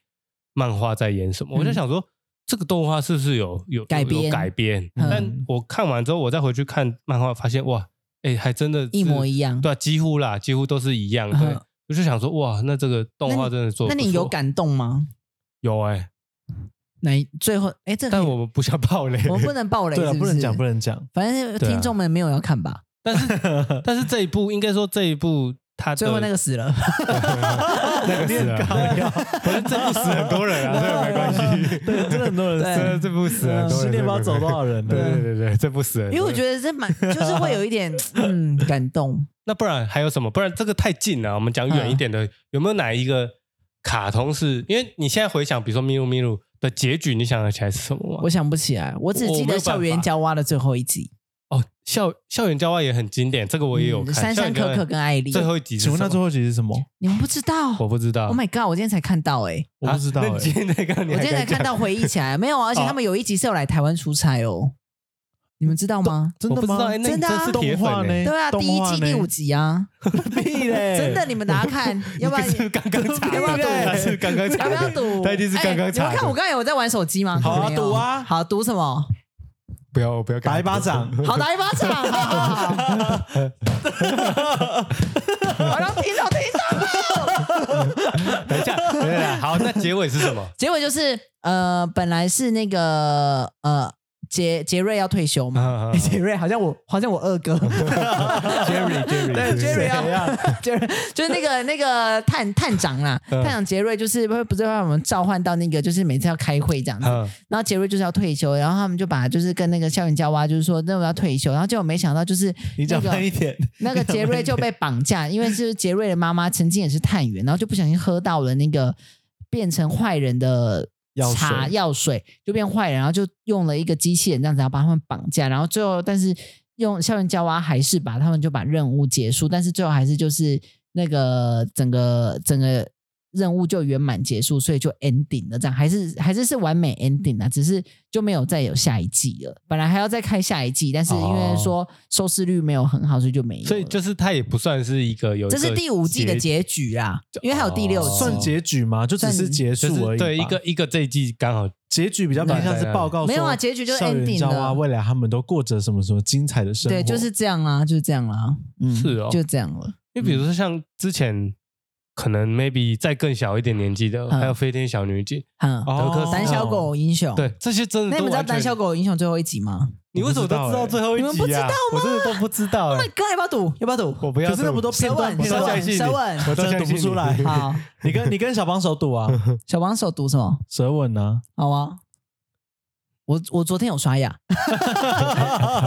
A: 漫画在演什么，我就
C: 嗯
A: 想说。这个动画是不是有有
C: 改
A: 有有
C: 编
A: 改编？
C: 嗯
A: 但我看完之后，我再回去看漫画，发现哇，哎、还真的
C: 一模
A: 样。
C: 一样。
A: 对、啊，几乎啦，几乎都是一样。对
C: 嗯，
A: 我就想说，哇，那这个动画真的做得
C: 那
A: 不
C: 你有
A: 错？
C: 感动吗？
A: 有哎、
C: 那你最后，哎，这个
A: 但
C: 可以
A: 我们不想爆雷。
C: 我们不能爆雷，
B: 对啊，
C: 是
B: 不能
C: 是
B: 讲，不能讲。
C: 反正
A: 对啊
C: 听众们没有要看吧？
A: 但是 但是这一部应该说这一部它的
C: 最后那个死了。
A: 那个死了， 不是这部死很多人啊，这个没关系。
B: 对，真的很多
C: 对
B: 人
A: 这这部死很
B: 死，
A: 多人，
B: 失恋不知道走多
A: 到。
B: 少人
A: 对
B: 了。
A: 对对对，这部死很多人。
C: 因为我觉得这蛮，就是会有一点嗯感动。
A: 那不然还有什么？不然这个太近了，我们讲
C: 嗯
A: 远一点的，有没有哪一个卡通是？因为你现在回想，比如说《咪路咪路》的结局，你想得起来是什么吗
C: 我？想不起来，我只
A: 我
C: 记
A: 没有
C: 得
A: 办法
C: 校园交蛙的最后一集，
A: 哦，校校园郊外也很经典，这个我也有
C: 嗯
A: 看。
C: 珊
A: 校园
C: 珊
A: 郊
C: 可
A: 外
C: 可跟艾丽。
A: 最后一集是什
B: 请
A: 么，
B: 问那最后一集是什么？
C: 你们不知道
A: 我不知道。
C: ？Oh my god！我今天才看到哎，
B: 我不知道
A: 啊那你
B: 欸
A: 今天在看，你
C: 我
A: 还
C: 今天才
A: 敢
C: 看
A: 讲哦
C: 到，回忆起来，没有啊，而 且他们有一集是有来台湾出差哦，你们知道吗？
B: 真
A: 我
B: 的
A: 不知道。
B: 吗
A: 哎，？那
C: 真
A: 你
C: 的
A: 真
C: 啊
A: 是铁
B: 动画
A: 粉
B: 呢
A: 呢？？
C: 对啊，
B: 动
C: 第一
B: 画
C: 季
B: 呢
C: 第五集啊，
B: 屁嘞！
C: 真的，你们大家 看，要不然
A: 你是不是刚刚查
C: 要不要
A: 的，
C: 赌
A: 他是刚刚
C: 要
A: 查
C: 不要
A: 的，
C: 赌？
A: 他一定是刚刚
C: 哎
A: 查
C: 你们看
A: 的
C: 我刚才有在玩手机吗？
B: 好啊
C: 没有
B: 赌啊
C: 好赌什么？
A: 不要不要
B: 打一巴掌，
C: 好，打一巴 掌，好好好。好让听到听到，
A: 等一下，等一下，好，那结尾是什么？
C: 结果就是呃，本来是那个呃杰杰瑞要退休嘛，
A: 啊啊啊
C: 哎杰瑞好像我好像我二哥
A: 嗯 Jerry Jerry
C: 对 Jerry
B: 怎
C: 啊，
B: 样？
C: 杰瑞就是那个那个探探长啦，
A: 嗯
C: 探长杰瑞就是不不是会把我们召唤到那个就是每次要开会这样子，
A: 嗯，
C: 然后杰瑞就是要退休，然后他们就把就是跟那个校园教蛙就是说那我要退休，然后结果没想到就是
B: 你
C: 那
B: 讲
C: 个
B: 慢一点。
C: 那个杰瑞就被绑架，因为就是杰瑞的妈妈曾经也是探员，然后就不小心喝到了那个变成坏人的
B: 药
C: 茶
B: 水
C: 药水，就变坏人，然后就用了一个机器人这样子，然后把他们绑架，然后最后但是用校园教蛙还是把他们就把任务结束，但是最后还是就是那个整个整个。任务就圆满结束，所以就 ending 了，这样还是还是是完美 ending 啊，只是就没有再有下一季了。本来还要再开下一季，但是因为
A: 哦
C: 说收视率没有很好，所以就没有了。
A: 所以就是它也不算是一个有一
C: 这
A: 个，
C: 是第五季的结局啦，因为还有第六季。
A: 哦
B: 算结局吗？就只是结
A: 就
B: 束而
A: 是
B: 已吧。
A: 对一个一个这一季刚好
B: 结局比较偏向是报告说，
C: 没有啊结局就是 ending
B: 校园教啊，
C: 了
B: 未来他们都过着什么什么精彩的生活。
C: 对，就是这样啦，就是这样啦，嗯，
A: 是哦
C: 就这样了。
A: 因为比如说像之前可能 maybe 再更小一点年纪的，
C: 嗯
A: 还有飞天小女警，
C: 嗯，
B: 哦
A: 德克士
C: 胆小狗英雄。，
A: 对这些真的
C: 那你
A: 都
C: 们知道
A: 完
C: 胆
A: 全
C: 小狗英雄最后一集吗
A: 你为什么都知道最后一集、啊？
C: 你们不知道吗
A: 我真的都不知道、
C: ？Oh
A: 欸
C: my。god！要不要赌？要不要赌？
A: 我不要，
B: 可是那么多片
C: 舌
B: 段
C: 吻，
B: 片
C: 舌
B: 段
A: 相
C: 吻，
A: 信你
C: 舌吻。
A: 我
B: 我
A: 都
B: 真的
A: 相
B: 读
A: 信
B: 不出
A: 你
B: 来。
C: 好，
B: 你跟你跟小帮手赌啊，
C: 小帮手赌什么？
B: 舌吻啊，
C: 好啊。我我昨天有刷牙。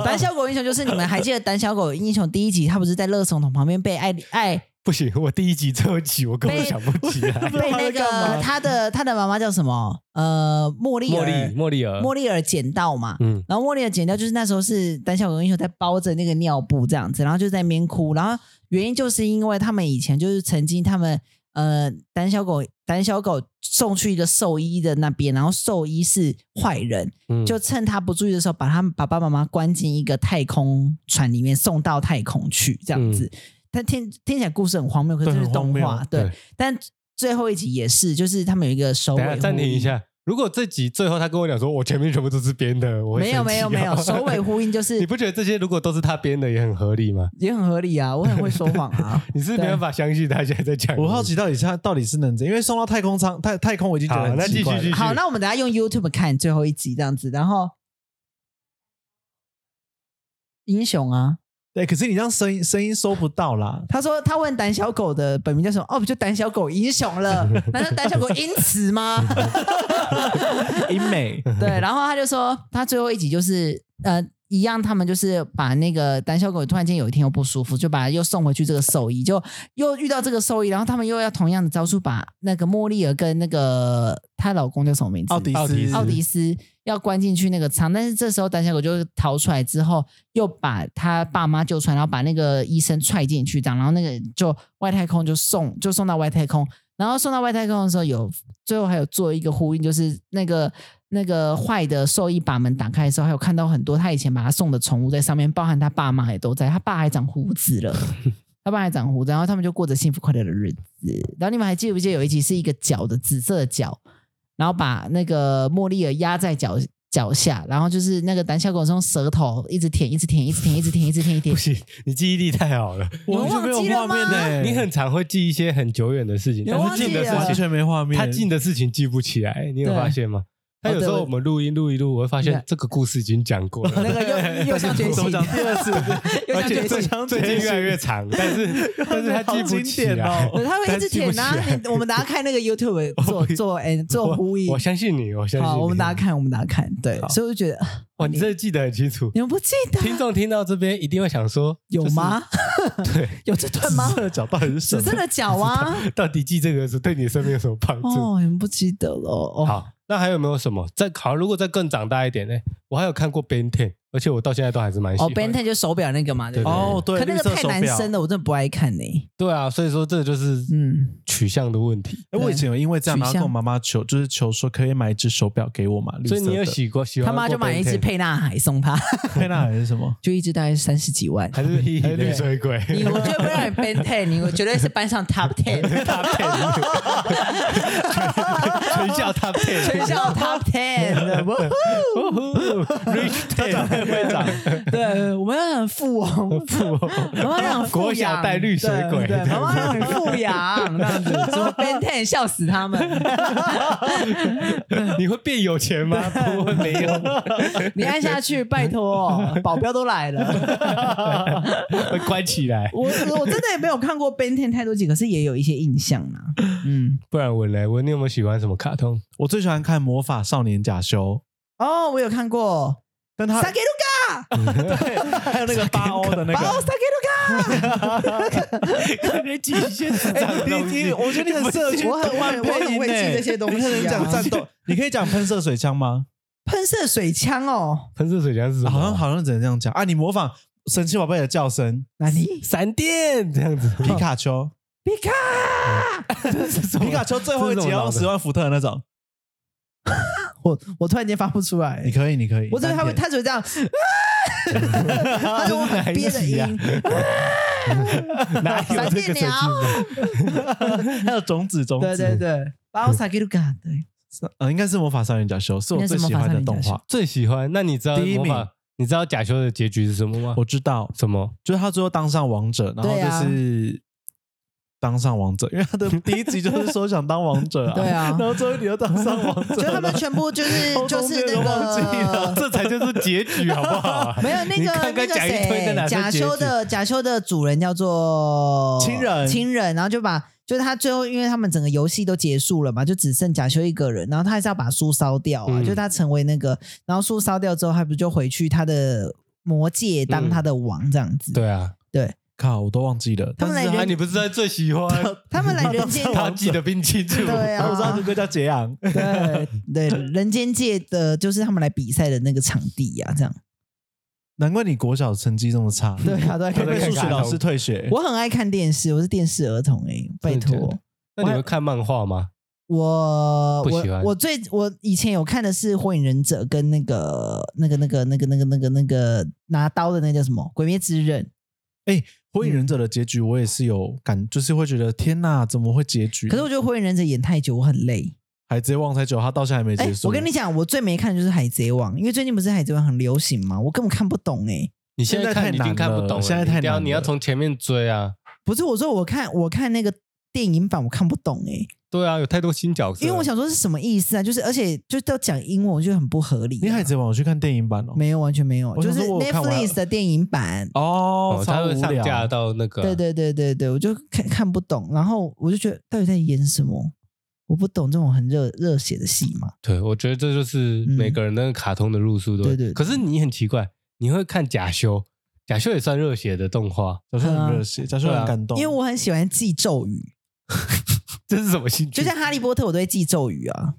C: 胆小狗英雄就是你们还记得胆小狗英雄第一集，他不是在乐总统旁边被爱爱
A: 不行，我第一集、最后一集我根本
C: 被
A: 想不起来。
C: 被那
B: 不知道他在
C: 个
B: 干嘛
C: 他的他的妈妈叫什么？呃，茉莉
A: 茉
C: 尔
A: 莉， 茉莉儿，
C: 莫莉尔捡到嘛，
A: 嗯，
C: 然后莫莉尔捡到就是那时候是胆小狗英雄在包着那个尿布这样子，然后就在那边哭，然后原因就是因为他们以前就是曾经他们呃胆小狗胆小狗送去一个兽医的那边，然后兽医是坏人，
A: 嗯
C: 就趁他不注意的时候，把他们爸爸妈妈关进一个太空船里面，送到太空去，这样子。他听听起来故事很荒谬，可是
B: 对
C: 这是
B: 很荒
C: 动画，
B: 谬
C: 对
A: 嗯对。
C: 但最后一集也是，就是他们有一个首
A: 等一
C: 尾
A: 下暂停一
C: 呼应，
A: 下。如果这集最后他跟我讲说，我前面全部都是编的，我会
C: 没有
A: 生气
C: 没有
A: 哦
C: 没有，首尾呼应就
A: 你
C: 是
A: 不觉得这些如果都是他编的也很合理吗？。
C: 也很合理啊，我很会说谎 啊
A: 你是没办法相信他现在在讲。
B: 我好奇，到底是他到底是能怎样？因为送到太空舱太太空，我已经觉得
A: 好那
B: 很
A: 继
B: 奇
A: 续
B: 怪
A: 继续
B: 了。
C: 好，那我们等一下用 YouTube 看最后一集这样子，然后英雄啊，
B: 对，可是你让声音声音收不到 啦。
C: 他说他问胆小狗的本名叫什么？哦，不就胆小狗英雄 了？难道胆小狗英雌吗？
B: 英美，
C: 对，然后他就说，他最后一集就是呃，一样，他们就是把那个胆小狗突然间有一天又不舒服，就把它又送回去这个兽医，就又遇到这个兽医，然后他们又要同样的招数，把那个茉莉儿跟那个她老公叫什么名字？
B: 奥迪
A: 奥迪
B: 斯，
A: 斯
C: 奥迪斯要关进去那个仓，但是这时候胆小狗就逃出来之后，又把他爸妈救出来，然后把那个医生踹进去，这样，然后那个就外太空就送就送到外太空，然后送到外太空的时候有最后还有做一个呼应，就是那个那个坏的兽医把门打开的时候，还有看到很多他以前把他送的宠物在上面，包含他爸妈也都在，他爸还长胡子了。他爸还长胡子，然后他们就过着幸福快乐的日子。然后你们还记不记得有一集是一个脚的紫色的脚，然后把那个茉莉儿压在脚脚下，然后就是那个胆小狗是用舌头一直舔，一直舔，一直舔，一直舔，一直舔，一直
A: 不
C: 舔。
A: 行，你记忆力太好了，
B: 我完全没有画面呢。
A: 你很常会记一些很久远的事情，
C: 你
A: 但
C: 忘
A: 是
C: 记
A: 近的
C: 了
A: 事
B: 完
A: 情
B: 全没画面，
A: 他近的事情记不起来，你有
C: 对
A: 发现吗？他有时
C: 对
A: 候
C: 我
A: 我们录音录一录，我会发现
C: 对
A: 这个故事已经讲过
C: 那
A: 了，
C: 个又又像觉
B: 怎
C: 醒
B: 么，讲第二次？
C: 又
A: 而
C: 像
A: 且
C: 觉
A: 最
C: 醒。
B: 想
A: 最近越来越长，但是但是他记不起来
B: 好经典哦，
C: 对，他会一直舔
A: 他
C: 啊
A: 记不起来！
C: 你我们等下看那个 YouTube
A: 我
C: 做
A: 不
C: 做哎做呼应
A: 我。我相信你，我相信
C: 好，
A: 你。
C: 我们等下看，我们等下看。对，
B: 好
C: 所以我就 觉得
A: 哇，你真的记得很清楚。
C: 你们不记得
A: 听众听到这边一定会想说，
C: 有
A: 就是？
C: 吗？
A: 对，
C: 有这段吗
B: 紫？色的脚到底是什
C: 紫
B: 么
C: 色？的脚 啊！
A: 到底记这个是对你生命有什么帮助？
C: 哦，你们不记得了哦。
A: 好，那还有没有什么？再好，如果再更长大一点呢？哎我还有看过 Ben Ten，而且我到现在都还是蛮喜
C: 哦
A: 欢。
C: ，Ben Ten 就手表那个嘛，对不对？
B: 哦，对，
C: 可那
B: 绿
C: 个
B: 色
C: 太
B: 手
C: 男
B: 表
C: 生。了，我真的不爱看呢、
A: 对啊，所以说这就是
C: 嗯，
A: 取向的问题。
B: 哎，我以前有因为这样，
C: 取
B: 然后跟
C: 向
B: 我妈妈求，就是求说可以买一只手表给我嘛，绿色
A: 所以
B: 的。
A: 你有喜过喜欢
C: 他
A: 过
C: 妈就买一只
A: Ben 10
C: 沛纳海送他，
B: 佩纳还是 什么？
C: 就一只大概三十几万。
A: 还 是还是绿水鬼？
C: 你我绝对不会让你 Ben Ten，你我绝对是班上 Top Ten，
A: 他配全全校 他配
C: 全校 Top Ten。哇
A: 哦，Rich Ten 会长
C: 对，我们要很富翁，
A: 富翁
C: 妈妈让你富
A: 国小
C: 养，
A: 带绿水鬼
C: 对，对妈妈让你富养，这样子，什么 Ben Ten 笑死他们。
A: 你会变有钱吗？ 不会，没有，
C: 你按下去，拜托，保镖都 来了。
A: 会关起来。
C: 我我真的也没有看过 Ben Ten 太多集，可是也有一些印象啦。嗯，
A: 不然我来，我你有没有喜欢什么卡通？
B: 我最喜欢看《魔法少年假修》，
C: 哦，我有看过。
B: 但他
C: 萨给鲁
B: 还有那个八欧的那
C: 嘎，哦，
B: 个。
C: 萨给
A: 可能记一些智障的
B: 你
A: 东
C: 哎
B: 你，
A: 西。
B: 我觉得你很适合去
C: 我很
B: 动漫
C: 我很
B: 配音
C: 会记
B: 欸
C: 这些东西啊
B: 你可能讲战斗，你可以讲喷射水枪吗？
C: 鲁嘎，喷射水枪哦，
A: 喷射水枪是什么？
B: 好像好像只能这样讲啊！你模仿神奇宝贝的叫 声，
C: 那你
A: 闪电这样子。
B: 皮卡丘，
C: 皮卡
B: 皮卡丘最后一集要用十万伏特的那种，
C: 我我突然间发不出来
B: 你，可以，你可以。
C: 我只会他会
B: 丹田
C: 他只会这样，
B: 啊
C: 他就很憋 的 音，
A: 哪有这个神经？
B: 还有种子种
C: 对
B: 子，
C: 对对，然后萨给鲁嘎， 对，
B: 对，呃，应该是魔法少年假修是我最喜欢的
C: 应该是魔
B: 动
C: 法少年假
B: 画。
A: 最喜欢？那你知道
B: 第一
A: 魔
B: 名
A: 法？你知道假修的结局是什么吗？
B: 我知道，
A: 什么？
B: 就是他最后当上王者，然后
C: 对啊
B: 就是当上王者，因 为他的第一集就是说想当王者啊，
C: 对啊
B: 然后最后你又当上王者
C: 就
B: 了，
C: 他们全部 就是
B: 后
C: 就
B: 中
C: 是
B: 间
C: 那
B: 都忘记
C: 个
B: 了。
A: 这才就是结局，好不好啊？
C: 没有那
A: 你
C: 个
A: 看
C: 那
A: 看
C: 个
A: 讲一堆在
C: 谁
A: 哪，
C: 假
A: 是结
C: 修
A: 局
C: 的假修的主人叫做
B: 亲人
C: 亲人，然后就把就是他最后，因为他们整个游戏都结束了嘛，就只剩假修一个人，然后他还是要把书烧掉啊，
A: 嗯
C: 就他成为那个，然后书烧掉之后，他不就回去他的魔界当他的王这样 子？
A: 对啊，
B: 靠，我都忘记了。
C: 他们来
B: 但是
A: 啊，
C: 人
A: 你不是在最喜欢？
C: 他们来人间，
A: 他记得并清楚。
C: 对
B: 他我知道他
C: 啊
B: 哥，哥叫杰昂，
C: 对对，人间界的就是他们来比赛的那个场地呀、啊，这样。
B: 难怪你国小成绩这么差，
C: 对啊，都在
A: 他
C: 看
A: 在
B: 被
A: 看
B: 数
A: 卡通
B: 学老师退学。
C: 我很爱看电视，我是电视儿童哎、拜
A: 真的假
C: 托
A: 的。那你会看漫画吗？
C: 我
A: 不喜
C: 我
A: 欢
C: 我最我以前有看的是《火影忍者》跟那个那个那个那个那个那个那个拿刀的那叫什么《鬼灭之刃》，
B: 火影忍者的结局我也是有感，就是会觉得天呐，怎么会结局？
C: 可是我觉得《火影忍者》演太久，我很累。
B: 海贼王才九，他到现在还没
C: 哎
B: 结，束。
C: 我跟你讲，我最没看的就是《海贼王》，因为最近不是《海贼王》很流行嘛，我根本看不懂哎、
A: 你现在
B: 现在太
A: 看你一定
B: 难
A: 看不
B: 了
A: 懂了，
B: 现在太
A: 你一定要
B: 难
A: 你要
B: 了
A: 从前面追啊。
C: 不是我说我看我看那个电影版我看不懂哎、
A: 对啊，有太多新角色了，
C: 因为我想说是什么意思啊？就是而且就都讲英文，我觉得很不合理啊、
B: 你海贼王有去看电影版哦？
C: 没有完全没有，
B: 我
C: 就
B: 想
C: 是
B: 说我有看完
C: Netflix 的电影版。
B: 哦
A: 哦，，
B: 超
A: 它会
B: 无
A: 上架
B: 聊。
A: 到那个啊，
C: 对对对对对，我就看看不懂，然后我就觉得到底在演什么？我不懂这种很热热血的戏嘛。
A: 对，我觉得这就是每个人那个卡通的路数都会
C: 嗯嗯对对对
A: 可是你很奇怪，你会看假修，假修也算热血的动画，
B: 小时候很热血，小时候很感
C: 啊
B: 动。
C: 因 为我很喜欢记咒语，
A: 这是什么兴趣？
C: 就像哈利波特，我都会记咒语啊。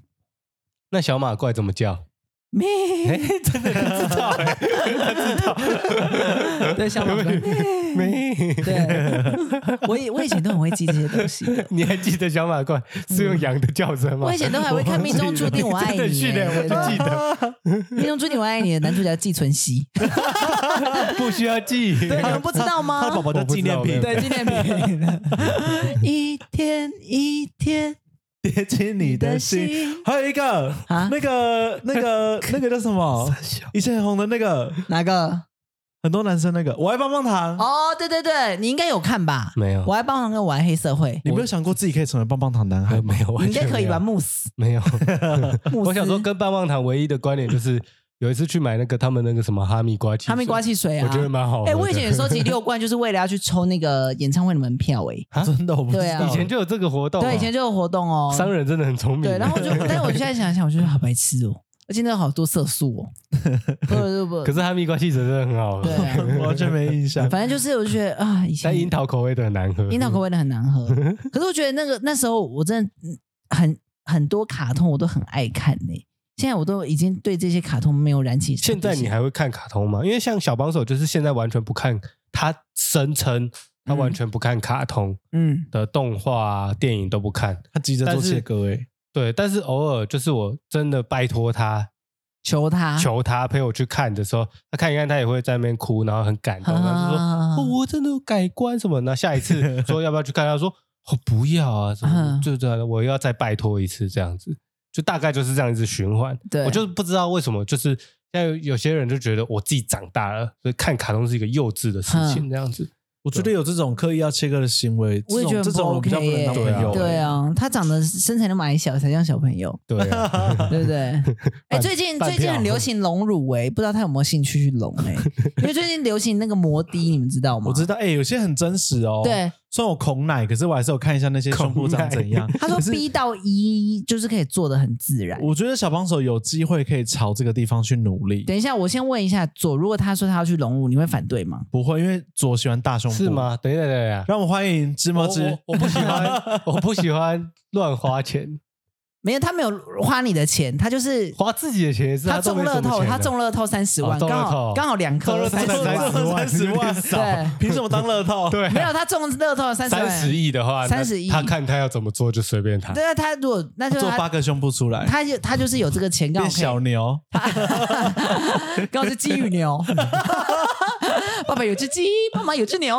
A: 那小马怪怎么叫？
C: 咩，
A: 哎，真的不知道哎，不知道。
C: 对小马怪
A: 没
C: 对，我以我以前都很会记这些东西的。
A: 你还记得小马怪是用羊的叫声吗？
C: 嗯我以前都还会看
A: 我
C: 命中注定我爱你
A: 真的是
C: 欸
A: 的，我
C: 对对
A: 就记得，
C: 命中注定我爱你的男主角季存希，
A: 不需要记。
C: 对， 你们不知道吗？
B: 他的宝宝叫纪念
A: 我
B: 品，
A: 不知
C: 对，纪念品，一天一天
B: 贴近你的心。还有一个
C: 啊
B: 那个那 个那个叫什么？以前很红的那个，
C: 哪个？
B: 很多男生那个，我爱棒棒糖。
C: 哦，对对对，你应该有看吧？
A: 没有
C: 我爱棒糖跟我爱黑社会，
B: 你没有想过自己可以成为棒棒糖男孩
A: 呃
B: 吗？
A: 没有，
C: 你
A: 完
C: 应
A: 全
C: 该可以
A: 没有
C: 吧？？慕斯，
A: 没 有，
C: 慕斯
A: 我想说跟棒棒糖唯一的关联就是有一次去买那个他们那个什么哈密瓜汽水，
C: 哈密瓜汽水啊，
A: 我觉得蛮好喝的。
C: 哎，我以前也收集六罐，就是为了要去抽那个演唱会的门票哎。
B: 啊真的我不知
C: 对啊
B: 道。
A: 以前就有这个活动啊，
C: 对，以前就有活动哦。
A: 商人真的很聪明。
C: 对，然后我就，但是我现在想一想，我觉得好白痴哦，而且那有好多色素 哦。不不不，
A: 可是哈密瓜汽水真的很好喝，
C: 对啊，
B: 我 完全没印象。
C: 反正就是我就觉得啊，以前
A: 但樱桃口味的很难喝。
C: 樱桃口味的很难喝，
A: 嗯
C: 可是我觉得那个那时候我真的嗯很很多卡通我都很爱看呢、现在我都已经对这些卡通没有燃起。
A: 现在你还会看卡通吗？因为像小帮手，就是现在完全不看，他声称他完全不看卡通
C: 嗯，
A: 的动画、啊、电影都不看。
B: 他急着做
A: 但是
B: 切割哎，
A: 对，但是偶尔就是我真的拜托他，
C: 求他
A: 求他陪我去看的时候，他看一看，他也会在那边哭，然后很感动，他就说：“
C: 啊
A: 哦，我真的有改观什么的。”下一次 说要不要去看，他说：“哦，不要啊，什么
C: 嗯
A: 就这样的，我又要再拜托一次，这样子，就大概就是这样一直循环。”
C: 对，
A: 我就是不知道为什么，就是现在有些人就觉得我自己长大了，所以看卡通是一个幼稚的事
C: 嗯
A: 情，这样子。
B: 我觉得有这种刻意要切割的行为，
C: 我
B: 这
C: 也
B: 种
C: 觉得很
B: 这
C: 不
B: 种我比
C: OK
B: 较不能
C: 耶、
B: 当朋友。
C: 对
B: 哎，
C: 啊，他长得身材那么矮小，才像小朋友，
A: 对啊、
C: 对不对？哎、
A: 半
C: 最近
A: 半
C: 最近
A: 票
C: 很流行隆乳哎、不知道他有没有兴趣去隆哎、 因为最近流行那个摩的，你们知道吗？
B: 我知道，哎，有些很真实哦。
C: 对，
B: 虽然我恐奶，可是我还是有看一下那些胸部长怎样。
C: 他说
B: 可是
C: B 到一就是可以做的很自然。
B: 我觉得小帮手有机会可以朝这个地方去努力。
C: 等一下，我先问一下左，如果他说他要去隆乳，你会反对吗？
B: 不会，因为左喜欢大胸部
A: 是？吗？哦等一下，等一下，
B: 让我们欢迎芝麻
A: 啊我
B: 汁
A: 我。我不喜欢， 我不喜欢乱花钱，
C: 没有，他没有花你的钱，他就是
A: 花自己的钱也是。他
C: 中乐透，他中
A: 了，
C: 乐透三十
A: 哦
C: 万，
A: 中乐透
C: 刚好刚好两
A: 中
C: 颗
A: 乐透
C: 三十
A: 才
C: 万。
A: 万
B: 30万少
C: 对
B: 凭什么当乐透？
A: 对
C: 没
A: 啊，
C: 有，他中乐透三十
A: 三
C: 万，
A: 十亿的话，那
C: 30亿
A: 他看他要怎么做就随便他。
C: 对啊，他如果那就
B: 做八
C: 他
B: 个胸部出来，
C: 他就他就是有这个钱，刚好
B: 变
C: 可以
B: 小牛。
C: 刚好是鸡 与牛。爸爸有只鸡，妈妈有 只牛。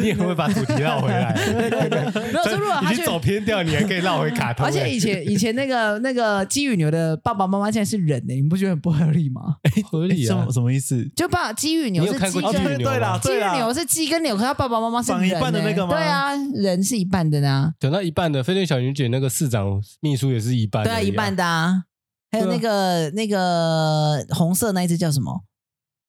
A: 你也会把主题绕回 来，
C: 没有，说如果他
A: 已
C: 去
A: 经走偏掉，你还可以绕回卡通。
C: 而且以前以前那个那个鸡与牛的爸爸妈妈现在是人欸呢、你们不觉得很不合理吗？
A: 合啊
B: 哎什么什么意思？
C: 就爸鸡与牛
A: 你有
C: 是
A: 看
C: 鸡
A: 过
C: 跟
A: 鸡与
B: 对
A: 牛
B: 对啦
A: 吗，
C: 鸡
B: 对
C: 与牛
B: 啦，
C: 是鸡跟牛，可他爸爸妈妈是人、
B: 绑
C: 欸、
B: 一半的那个吗
C: 对啊，人是一半的呢，
A: 讲到一半的，飞天小女警那个市长秘书也是一半，
C: 对啊，一半。的啊。还有
A: 对啊
C: 那个、那个红色那一只叫什么？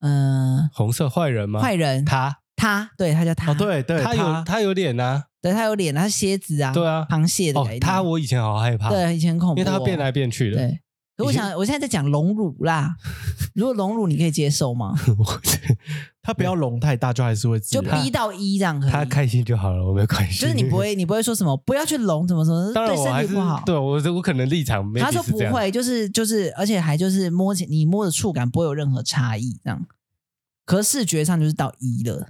C: 嗯、
A: 红色坏人吗？
C: 坏人
A: 他
C: 他，对，他叫他，
B: 哦，对对，
A: 他有他有脸呐、
C: 对，他有脸，他是蝎子啊，
A: 对啊
C: 螃蟹的
A: 哦
C: 概念，
A: 他我以前好害怕，
C: 对以前很恐
A: 因
C: 怖、哦
A: 为他变来变去的，
C: 对。可我
A: 以前
C: 想，我现在在讲隆乳 啦。如果隆乳，你可以接受吗？
A: 我
B: 他不要隆太大，就还是会自
C: 就
B: 然。
C: 逼到一这样可 以。
A: 他开心就好了，我没关系。
C: 就是你不，会，你不会说什么不要去隆，怎么怎么，
A: 当然
C: 对
A: 我还
C: 身
A: 是
C: 体不好。
A: 对我我可能立场没
C: 他说不，会，就是就是，而且还就是摸起你摸的触感不会有任何差异，这样。可是视觉上就是到一了，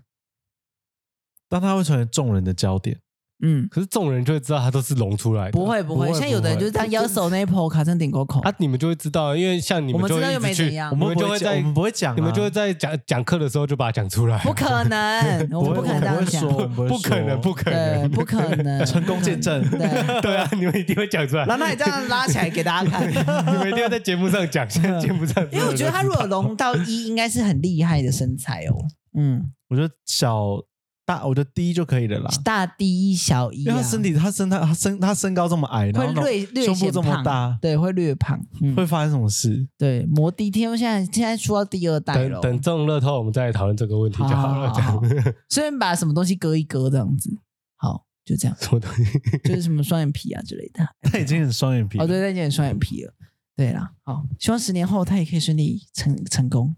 B: 但他会成为众人的焦点。
D: 嗯，
A: 可是众人就会知道它都是龙出来的，
C: 不会不
A: 不
C: 会，
A: 会
C: 像有的人就是当腰手那一口卡上顶沟口，
A: 啊，你们就会知道，因为像你
C: 我们
A: 就
C: 知
A: 会
C: 道
A: 一
C: 又
A: 直
C: 没怎
A: 去，
C: 样
A: 我们就
B: 不
A: 会
B: 讲
A: 在
B: 我们不会讲啊，
A: 你们就会在讲讲课的时候就把它讲出来，
C: 不可 能，我们不
B: 不
C: 可能这样讲，
B: 我们不会
A: 不
B: 说
A: 可能， 不可
C: 对，
A: 能，
C: 不可能，
B: 成功见证。
C: 对。
A: 对啊，你们一定会讲出来，
C: 然后那你这样拉起来给大家 看，
A: 你们一定要在节目上
B: 嗯
A: 讲，现在节目上，
C: 因为我觉得他如果隆到一，应该是很厉害的身材哦。嗯，
B: 我觉得小大，我觉得低就可以了啦，
C: 大第一小一、
B: 因为
C: 啊，
B: 他身体，他身他他身他身高这么矮，然
C: 会
B: 后
C: 略略
B: 胸
C: 显
B: 部这么
C: 胖
B: 大，
C: 对，会略胖。嗯，
B: 会发生什 么事？
C: 对，摩的天，现在现在出到第二代了
A: 等
C: 啊哦，
A: 等中乐透，我们再来讨论这个问题就好了。这
C: 好好好
A: 样
C: 所以你把什么东西割一割这样子，好，就这样，
A: 什么东西？
C: 就是什么双眼皮啊之类 的。
B: 他已经很双眼皮了，
C: 哦，对，那件双眼皮了。对啦，好，希望十年后他也可以顺利成成功。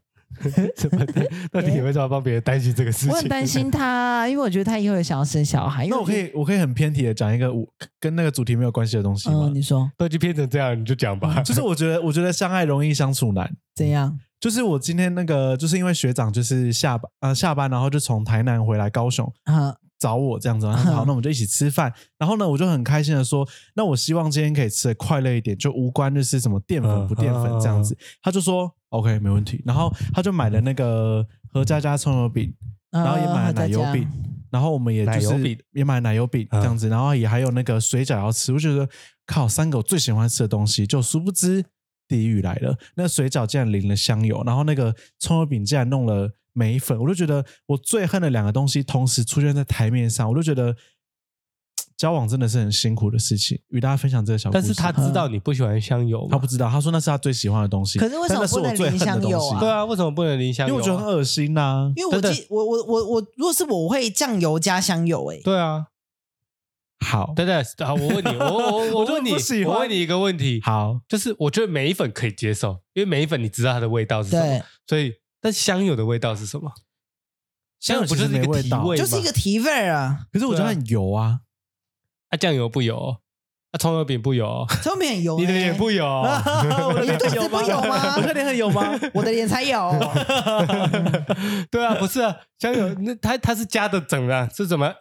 A: 怎么的？ 到底你为什么帮别人担心这个事情？
C: 我很担心他，啊因为我觉得他以后也想要生小孩。因为
B: 那我可以，我可以很偏题的讲一个我跟那个主题没有关系的东西
C: 嗯、
B: 吗？
C: 你说
A: 都已经变成这样，你就讲
C: 哦
A: 吧。
B: 就是我觉得，我觉得相爱容易相处难。
C: 怎样？
B: 就是我今天那个，就是因为学长就是下班呃下班，然后就从台南回来高雄
C: 啊，
B: 找我这样子，然后他说
C: 嗯
B: 好，那我们就一起吃饭。然后呢，我就很开心的说，那我希望今天可以吃的快乐一点，就无关就是什么淀粉
A: 嗯
B: 不淀粉这样子。他就说 OK 没问题，然后他就买了那个何家家葱油饼，然
C: 啊
B: 后也买了奶油饼，然后我们也就
A: 奶油饼嗯
B: 是也买奶油饼这样子，然后也还有那个水饺要吃。我就觉得靠，三个我最喜欢吃的东西，就殊不知地狱来了。那水饺竟然淋了香油，然后那个葱油饼竟然弄了梅粉，我就觉得我最恨的两个东西同时出现在台面上，我就觉得嘖交往真的是很辛苦的事情。与大家分享这个小故
A: 但
B: 事，
A: 是
B: 嗯
A: 他知道你不喜欢香油吗，
B: 他不知道，他说那是他最喜欢的东西，
C: 可是为什么
B: 但那
C: 不能
B: 我最
C: 淋
B: 恨的
C: 香
B: 东
C: 油
B: 西
C: 啊
A: 对，啊，为什么不能淋香
B: 因为
A: 油啊？
B: 我觉得很恶心呐、
C: 因为我
A: 等
C: 记我我我我，如果是我，我会酱油加香油、欸。哎，
A: 对啊，
B: 好，
A: 对对好，我问你，我 我我
B: 我就
A: 问你
B: 不喜，欢
A: 我问你一个问题，
B: 好，
A: 就是我觉得每一粉可以接受，因为每一粉你知道它的味道是什么，
C: 对，
A: 所以但香油的味道是什么？香油不就是
B: 没
A: 一个
B: 味
A: 提
B: 道，
A: 味
C: 就是一个提味儿啊，
B: 可是我觉得它很油啊，
A: 啊，酱油不油哦，啊，葱油饼不油哦，
C: 聪明很油、欸，
A: 你的也 不油哦，
B: 我
C: 的脸有吗
B: 我的脸很油吗？
C: 我的脸 才有。
A: 对啊，不是啊，香油那它它是加的怎么样？是怎么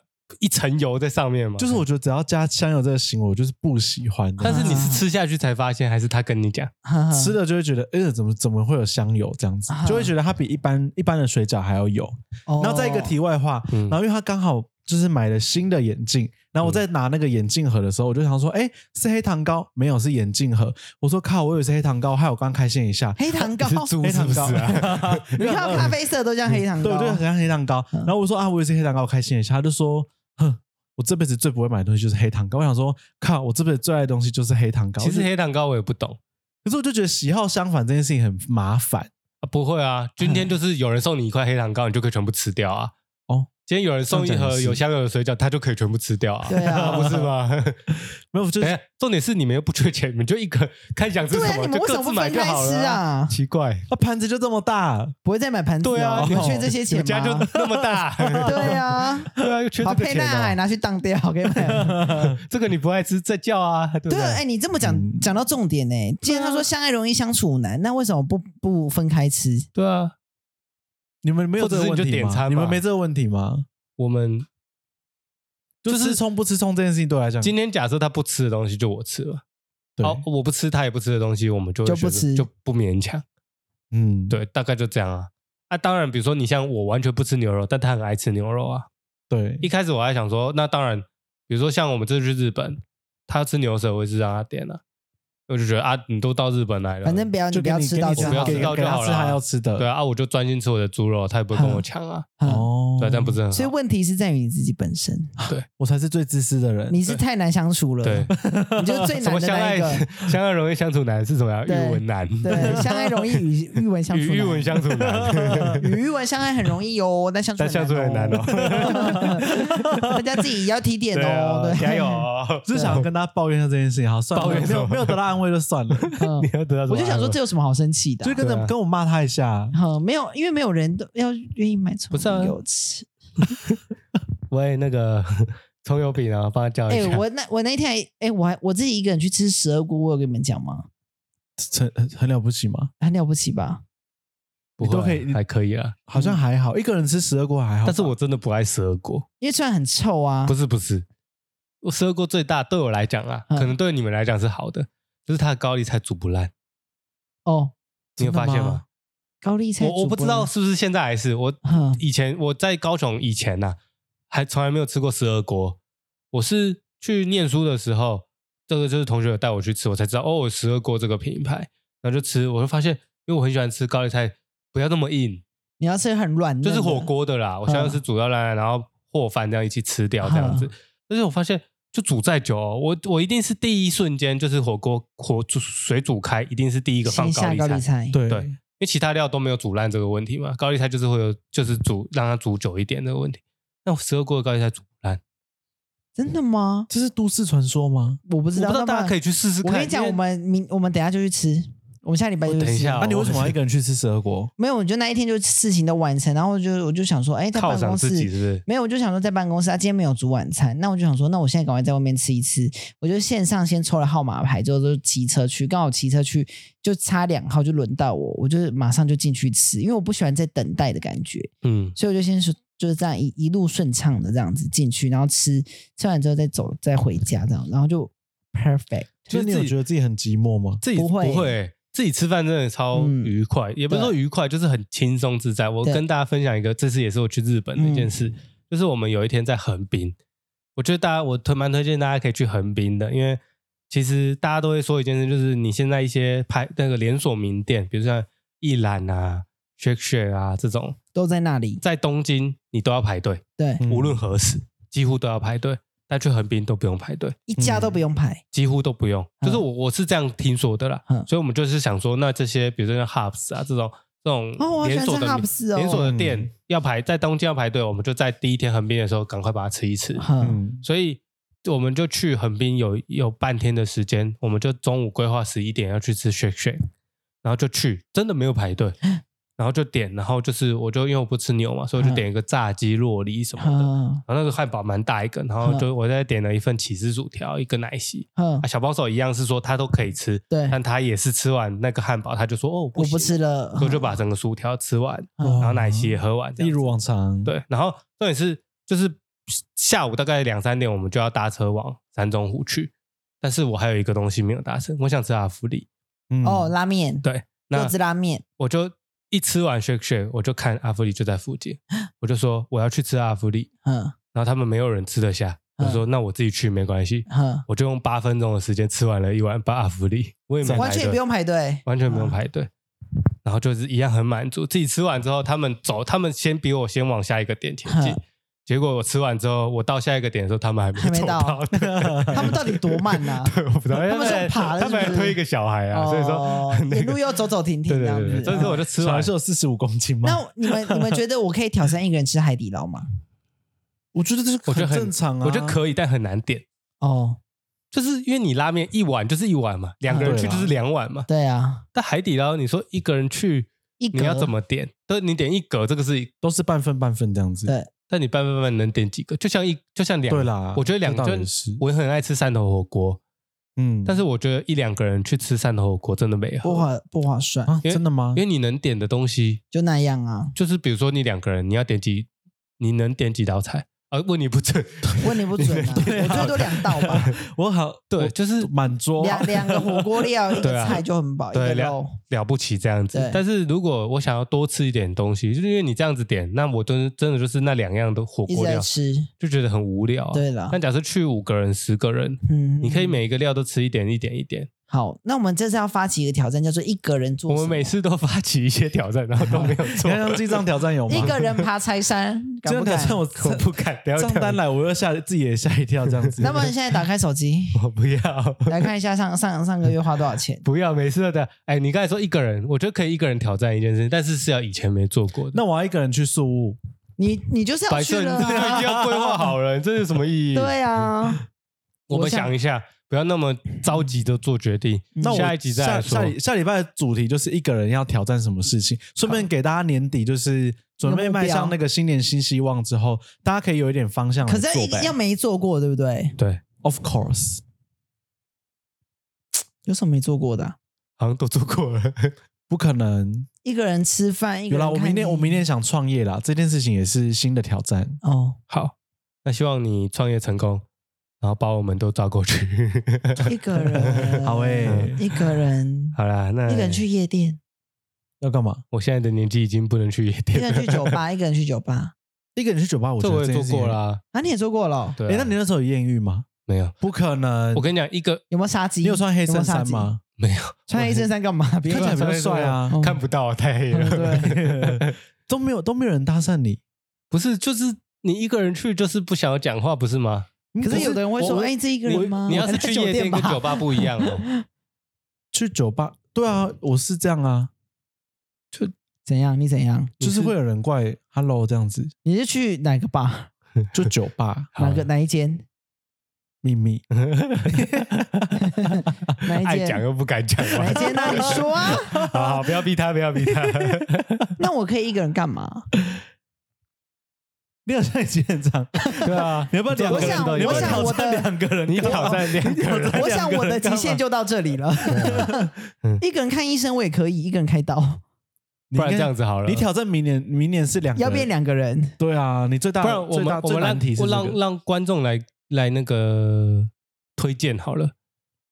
A: 一层油在上面嘛？
B: 就是，我觉得只要加香油这个行为，我就是不喜欢的。
A: 但
C: 嗯
A: 是你是吃下去才发现，还是他跟你讲？
B: 吃了就会觉得，呃，怎么怎么会有香油这样子
C: 啊，
B: 就会觉得它比一般一般的水饺还要油。
C: 哦，
B: 然后再一个题外话，
A: 嗯
B: 然后因为他刚好就是买了新的眼镜，然后我在拿那个眼镜盒的时候，我就想说，哎，是黑糖糕，没有是眼镜盒。我说靠，我以为是黑糖糕，害我刚开心一下。
C: 黑糖糕
A: 你，是猪
B: 黑
A: 是
B: 糖
A: 不是
B: 糕
A: 啊？
C: 你 看到咖啡色都像黑糖糕，
B: 对，我就很像黑糖糕。
C: 嗯
B: 然后我说啊，我也是黑糖糕，我开心一下。他就说，哼，我这辈子最不会买的东西就是黑糖糕。我想说，靠，我这辈子最爱的东西就是黑糖糕。
A: 其实
B: 我就，
A: 黑糖糕我也不懂
B: 可是我就觉得喜好相反这件事情很麻烦。
A: 啊，不会啊，今天就是有人送你一块黑糖糕，你就可以全部吃掉啊。
B: 哎哦，
A: 今天有人送一
B: 这样讲也
A: 盒
B: 是
A: 有香油的水饺，他就可以全部吃掉啊，
C: 对啊
A: 不是 吗？
B: 没有，就
A: 等一
B: 是
A: 下，重点是你们又不缺钱，你们就一个看想吃
C: 对
A: 什
C: 啊，
A: 么就
C: 你们为什
A: 各
C: 么
A: 自
C: 不
A: 买
C: 分
A: 就
C: 开
A: 好
C: 吃
A: 了 啊。
C: 啊？
A: 奇怪，
B: 啊，盘子就这么大，
C: 不会再买盘子
A: 对啊
C: 哦，，
A: 你
C: 有
A: 们
C: 缺这些
A: 你
C: 钱
A: 们家就
C: 吗？
A: 那么大，
C: 对啊，
A: 对啊，又缺
C: 把
A: 这个
C: 沛
A: 钱
C: 纳海
A: 啊，
C: 拿去当掉，给你们。
A: 这个你不爱吃再叫啊，对不
C: 对，
A: 对？
C: 哎，你这么讲
B: 嗯
C: 讲到重点呢。既然他说相爱容易相处难，那为什么不不分开吃？
A: 对啊，
B: 你们没有这个问
A: 或者是你就
B: 题
A: 点
B: 吗？
A: 餐吧
B: 你们没这个问题吗？
A: 我们
B: 就吃葱不吃葱这件事情对我来讲，
A: 今天假设他不吃的东西就我吃了，
B: 对，
A: 好，我不吃他也不吃的东西，我们就会
C: 就不
A: 觉得
C: 吃
A: 就不勉强。
B: 嗯，
A: 对，大概就这样啊。啊，当然，比如说你像我完全不吃牛肉，但他很爱吃牛肉啊。
B: 对
A: 一，开始我还想说，那当然，比如说像我们这次去日本，他吃牛舌，我也是让他点啊。我就觉得啊，你都到日本来了，
C: 反正不要你
B: 就
C: 不
B: 给
C: 要
B: 你
C: 吃到
B: 给
C: 就
B: 你
A: 不要
C: 好
A: 吃
B: 给
A: 到
C: 了。
B: 给
A: 就
B: 他
A: 好
B: 吃
A: 了
B: 他要吃的，
A: 对啊，啊我就专心吃我的猪肉，他也不会跟我抢啊。
C: 嗯
B: 哦，
A: 对，但不是很好。
C: 所以问题是在于你自己 本身，
B: 我才是最自私的人。
C: 你是太难相处了，
A: 对，
C: 你就是最
A: 什
C: 难
A: 么
C: 的
A: 相
C: 那
A: 爱
C: 一个。
A: 相爱容易相处难是什么呀？
C: 对
A: 语文难，
C: 对，相爱容易与与文相处
A: 与
C: 难，
A: 语文相处 难。
C: 与语文相爱很容易哦，但相处
A: 但相处很难哦
C: 大家自己要提点
A: 对啊，
C: 哦，对，
A: 加油哦！
B: 只是想要跟他抱怨一下这件事情，好，算了，
A: 抱怨
B: 没
A: 什
B: 有
A: 么
B: 没有得到安慰就算了，
C: 嗯
A: 你要得到什么安慰？
C: 我就想说这有什么好生气的
B: 就
C: 啊？
B: 跟
A: 对
B: 着
A: 啊
B: 跟我骂他一下。
C: 好，没有，因为没有人都要愿意买葱
A: 不是啊
C: 油吃。
A: 喂，那个 葱油饼啊，帮他叫一
C: 哎，
A: 下。
C: 我那我那天还哎，我还我自己一个人去吃十二锅，我有跟你们讲吗？
B: 很很很了不起吗？
C: 很了不起吧？
A: 不
B: 都可
A: 会
B: 以
A: 还可以啊。
B: 好像还好，一个人吃十二锅还好吧。
A: 但是我真的不爱蛇果，
C: 因为虽然很臭啊
A: 不，是不是，我吃过最大，对我来讲啊，
C: 嗯
A: 可能对你们来讲是好的，就是它的高丽菜煮不烂，
C: 哦，
A: 你有发现
B: 真的
A: 吗
B: 吗？
C: 高丽菜
A: 我我
C: 煮
A: 不知道
C: 烂，
A: 是不是现在还是我
C: 嗯
A: 以前我在高雄以前呐、还从来没有吃过十二锅。我是去念书的时候，这个就是同学有带我去吃，我才知道哦，十二锅这个品牌，然后就吃，我就发现，因为我很喜欢吃高丽菜，不要那么硬，
C: 你要吃很软嫩
A: 就
C: 的，
A: 是火锅的啦。我想要是煮到烂烂，然后和饭这样一起吃掉这样子
C: 嗯。
A: 但是我发现，就煮再久哦、我我一定是第一瞬间就是火锅火煮水煮开，一定是第一个放
C: 先下
A: 高
C: 高
A: 丽
C: 丽
A: 菜。
C: 菜，
B: 对
A: 对因为其他料都没有煮烂这个问题嘛。高丽菜就是会有，就是煮让它煮久一点这个问题。那十二锅的高丽菜煮不烂，
C: 真的吗？
B: 这是都市传说吗？
C: 我不
A: 我
C: 知道，
A: 不知道大家可以
C: 以。
A: 去试试
C: 我
A: 看。
C: 跟你讲，
A: 因为
C: 我们明我们等一下就去吃，我们下礼拜就去
A: 我
C: 吃。
A: 等一下
B: 那、
A: 哦
B: 啊你为什么要一个人去吃十二锅？
C: 没有，我就那一天就事情都完成，然后我就我就想说，哎，在
A: 犒
C: 办
A: 赏
C: 公
A: 自己是
C: 室
A: 不是？
C: 没有，我就想说在办公室，啊，今天没有煮晚餐，那我就想说，那我现在赶快在外面吃一吃。我就线上先抽了号码牌，之后就骑车去，刚好骑车去就差两号就轮到我，我就马上就进去吃，因为我不喜欢在等待的感觉。
A: 嗯，
C: 所以我就先是就是这样一一路顺畅的这样子进去，然后吃吃完之后再走再回家这样，然后就 perfect。
A: 其
B: 就
A: 实
B: 你有
A: 自己
B: 觉得自己很寂寞吗？
A: 自己
C: 不会
A: 不会、自己吃饭真的超
C: 嗯
A: 愉快，也不是说愉快，就是很轻松自在。我
C: 对嗯
A: 跟大家分享一个，这次也是我去日本的一件事，就是我们有一天在横滨，我觉得大家我推蛮推荐大家可以去横滨的，因为其实大家都会说一件事，就是你现在一些拍那个连锁名店，比如像一兰啊、Shake Shake 啊这种，
C: 都在那里，
A: 在东京你都要排队，
C: 对，
B: 嗯
A: 无论何时几乎都要排队，但去横滨都不用排队。
C: 一家都不用排，
A: 几乎都不用，
C: 嗯
A: 就是我我是这样听说的啦，
C: 嗯
A: 所以我们就是想说，那这些比如说像 Hubs 啊这种这
C: 哦
A: 种
C: 我好喜
A: 连
C: 欢
A: 锁的、
C: 吃 Hubs 哦
A: 连锁的
B: 嗯
A: 店要排在东京要排队，我们就在第一天横滨的时候赶快把它吃一吃，
C: 哼，
B: 嗯，
A: 所以我们就去横滨有有半天的时间，我们就中午规划十一点要去吃 Shake Shake，然后就去，真的没有排队，然后就点，然后就是我就因为我不吃牛嘛，所以我就
C: 嗯
A: 点一个炸鸡洛梨什么的，
C: 哼
A: 然后那个汉堡蛮大一个，然后
C: 嗯
A: 就我再点了一份起司薯条，一个奶昔。
C: 哼
A: 啊，，小帮手一样是说他都可以吃，
C: 对
A: 但他也是吃完那个汉堡，他就说哦，
C: 我
A: 行
C: 不吃，了，
A: 所以就把整个薯条吃完，
C: 嗯
A: 然后奶昔也喝完，这
B: 一
A: 样
B: 如往常。，
A: 对。然后重点是，就是下午大概两三点，我们就要搭车往山中湖去，但是我还有一个东西没有达成，我想吃阿芙里，
B: 嗯
C: 哦， 拉面，
A: 对，
C: 柚
A: 那
C: 子拉面，
A: 我就一吃完 shake shake，我就看阿芙里就在附 近，我就说我要去吃阿芙里，
C: 哼
A: 然后他们没有人吃得下，我
C: 嗯
A: 说那我自己去没关系，
C: 哼，
A: 我就用八分钟的时间吃完了一碗巴阿芙利，我也没有
C: 完全也不用排嗯队，
A: 完全不用排队，然后就是一样很满足。自己吃完之后，他们走，他们先比我先往下一个点前进
C: 嗯。
A: 结果我吃完之后，我到下一个点的时候，他们还
C: 还
A: 没
C: 没
A: 走
C: 到
A: 对
C: 他 们到底多 慢呐？
A: 我不知道，
B: 哎
C: 他们是
A: 因为
C: 爬的
A: 他们还
C: 是不是
A: 推一个小孩啊，所以说
C: 哦，沿路又走 走停停
A: 对
C: 这
A: 对
C: 样
A: 对对，
C: 子，哦
A: 所以说我就吃
B: 小
A: 完
B: 孩是。有四十五公斤吗？
C: 那你们你们觉得我可以挑战一个人吃海底捞吗？
B: 我觉得这是
A: 我觉得很
B: 正常啊，
A: 我觉得可以，但很难点，
C: 哦，
A: 就是因为你拉面一碗就是一碗嘛，两个人去就是两碗嘛。
C: 嗯对啊，
A: 但海底捞，你说一个人去，
C: 一格
A: 你要怎么点？都你点一格，这个是
B: 都是半份半份这样子。
C: 对
A: 但你半半半能点几个？就像一就像两
B: 对啦，
A: 我觉得两
B: 啊这倒
A: 就
B: 也是，
A: 我很爱吃汕头火锅，
B: 嗯，
A: 但是我觉得一两个人去吃汕头火锅真的没
C: 不
A: 有，
C: 划不划算，
B: 啊，
A: 因为
B: 真的吗
A: 因？为你能点的东西
C: 就那 样啊。
A: 就是比如说你两个人你要点几，你能点几道菜？啊，问你不准，
C: 问你不准啊，
B: 对啊
C: 我最多两道吧，
B: 我好，
A: 对，
B: 我
A: 就是
B: 满桌
C: 两两个火锅料，一
A: 啊对
C: 个
A: 啊
C: 菜就很饱，一
A: 对
C: 个
A: 了
C: 肉。
A: 了不起这样子
C: 对。
A: 但是如果我想要多吃一点东西，就是因为你这样子点，那我真真的就是那两样的火
C: 一直
A: 锅
C: 在
A: 料，
C: 吃。
A: 就觉得很无聊啊。
C: 对了
A: 但，假设去五个人、十个人，
C: 嗯，
A: 你可以每一个料都吃一点、一点、一点。
C: 好。那我们这次要发起一个挑战，叫做一个人做
A: 我
C: 什么。
A: 们每次都发起一些挑战，然后都没有做
B: 你。看像这张挑战有吗？
C: 一个人爬柴 山，
B: 这
C: 敢
B: 张
C: 不
B: 挑
C: 敢？
B: 战我
A: 我不敢，不要
B: 账
A: 讲
B: 单来，我又吓自己也吓一跳，这样 子。
C: 那么你现在打开手 机
A: 我不要，
C: 来看一下上上上个月花多少钱？
A: 不要，每次都这样。哎，你刚才说一个人，我觉得可以一个人挑战一件事，但是是要以前没做过的。
B: 那我要一个人去宿务，
C: 你你就是要
A: 白
C: 去
A: 色，你
C: 了
A: 这个一 定
C: 啊，
A: 要规划好了，这是什么意义？
C: 对啊，
A: 我们想一下，不要那么着急的做决定。
B: 那我
A: 下一集再
B: 下
A: 来说
B: 下。礼下礼拜的主题就是一个人要挑战什么事情，顺便给大家年底就是准备迈向那个新年新希望之后，大家可以有一点方向来
C: 可
B: 做
C: 是
B: 呗。
C: 一要没做过，对不对？
A: 对，
B: Of course，
C: 有什么没做过的啊？
A: 好像都做过了。
B: 不可能。
C: 一个人吃饭，一个
B: 有啦，
C: 人
B: 我
C: 看
B: 明天
C: 电
B: 我
C: 影
B: 明天想创业啦，这件事情也是新的挑战。
C: 哦，
A: 好，那希望你创业成功，然后把我们都抓过去。
C: 一个人，
B: 好
A: 嗯
B: 欸
C: 一个 人，
A: 好啦，那
C: 一个人去夜店，
B: 要干嘛？
A: 我现在的年纪已经不能去夜
C: 一
A: 店
C: 个人去酒吧，一个人去酒吧。
B: 一个人去酒吧，我
A: 这
B: 觉
A: 我
B: 得
A: 也
B: 件
A: 做
B: 事情
A: 过。啦。
C: 啊，你也做过了哦？
A: 对啊、
B: 哎，那你那时候有艳遇吗？
A: 没有？
B: 不可能
A: 我，跟你讲，一个
C: 有没有杀鸡？
B: 你有穿黑
C: 没有
B: 衬
C: 杀
B: 衫
C: 鸡？
B: 吗？
A: 没有
C: 穿黑衬衫干 嘛？别
B: 看起来比较帅啊，
C: 嗯
A: 看不到，太黑了。
C: 对啊
B: 都没有都没有人搭讪你。
A: 不是，就是你一个人去，就是不想要讲话，不是吗？
C: 嗯可
B: 不
C: 是有的人会
A: 我
C: 说：“
A: 我
C: 哎，这一个
A: 我
C: 人吗？”
A: 你要
C: 我
A: 是
C: 可能在
A: 去夜店跟
C: 吧
A: 酒吧不一样哦。
B: 去酒吧，对啊，我是这样啊，
C: 怎样？你怎样？
B: 就是会有人怪 “hello” 这样子，
C: 你是去哪个吧？
B: 就酒 吧
A: 好
C: 哪个哪一间？
B: 秘密。
C: 哪一
A: 爱
C: 间
A: 讲又不敢讲
C: 哪
A: 嘛
C: 一。间？那你说啊？
A: 好好，不要逼他，不要逼他。
C: 那我可以一个人干嘛？
B: 你好像已经很 长，
A: 对啊，
B: 你要不要两个人
C: 我想
B: 到？你要不
C: 我
B: 要
C: 想
B: 挑
C: 我的
B: 战两个人？
A: 你挑战两个 人，
C: 我想我的极限就到这里了。 一个人看医生我也可以，一个人开刀
B: 你
A: 不然
B: 应该
A: 这样，子好了。
B: 你挑战明年，明年是两个人
C: 要变两个人。
B: 对啊，你最大
A: 不然我
B: 最大
A: 们我
B: 最
A: 们
B: 难
A: 让
B: 题是这
A: 让
B: 个，
A: 让观众来来那个推荐好了。？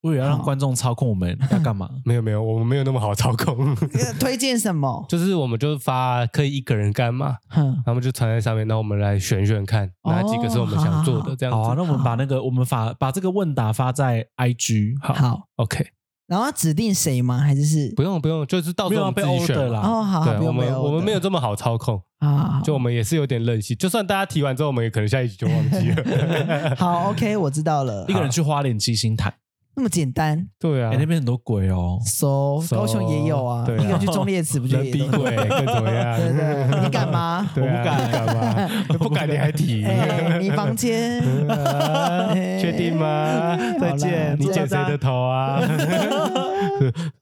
B: 我也要让
C: 好
B: 观众操控我 们要干嘛
A: 没有没有，我们没有那么好操控。
C: 呃推荐什么？
A: 就是我们就发可以一个人干嘛，
C: 哼，
A: 然后就传在上面，那我们来选一选看
C: 哦
A: 哪几个是我们想做
C: 好好
A: 的
C: 好
A: 这样
B: 好啊，
A: 子。
B: 那我们把那个我们发把这个问答发在 IG，
C: 好，
A: OK，
C: 然后要指定谁吗？还是是
A: 不用不用，就是到
B: 没
A: 时
B: 有
A: 候
B: 要
A: 我
B: 被
A: 们自己选
B: o
A: 啊
B: r
A: 嘛。
B: 啦。
C: 哦，好，
A: 对，
C: 不
A: 我
C: 用
A: 们我们没有这
C: 做
A: 么好操控，
C: 啊，
A: 就我们也是有点任性。就算大家提完之后，我们也可能下一集就忘记 了。
C: 好 OK，我知道 了
B: 一，个人去花莲七星潭，
C: 那么简单。
A: 对啊
B: 哎，，那边很多鬼哦。
C: so
A: 搜
C: 高雄也有啊，
A: 对
C: 一
A: 啊
C: 个人去中烈祠不就
A: 人
C: 也
A: 比
C: 有？
A: 鬼更怎么 样？
C: 对对，你敢吗？
A: 对啊？
B: 我不敢
A: 你 敢吗？不敢你还 提？
C: 哎，你房间
A: 啊
C: 哎
A: 确定吗？
C: 好
A: 再
C: 啦
A: 见，你
C: 祝大
A: 剪谁
C: 家
A: 的头 啊？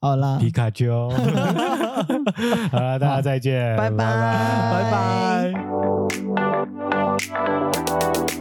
C: 好啦，
A: 皮卡丘。好了，大家再见，
C: 哎拜拜
A: 拜拜。
B: 拜拜。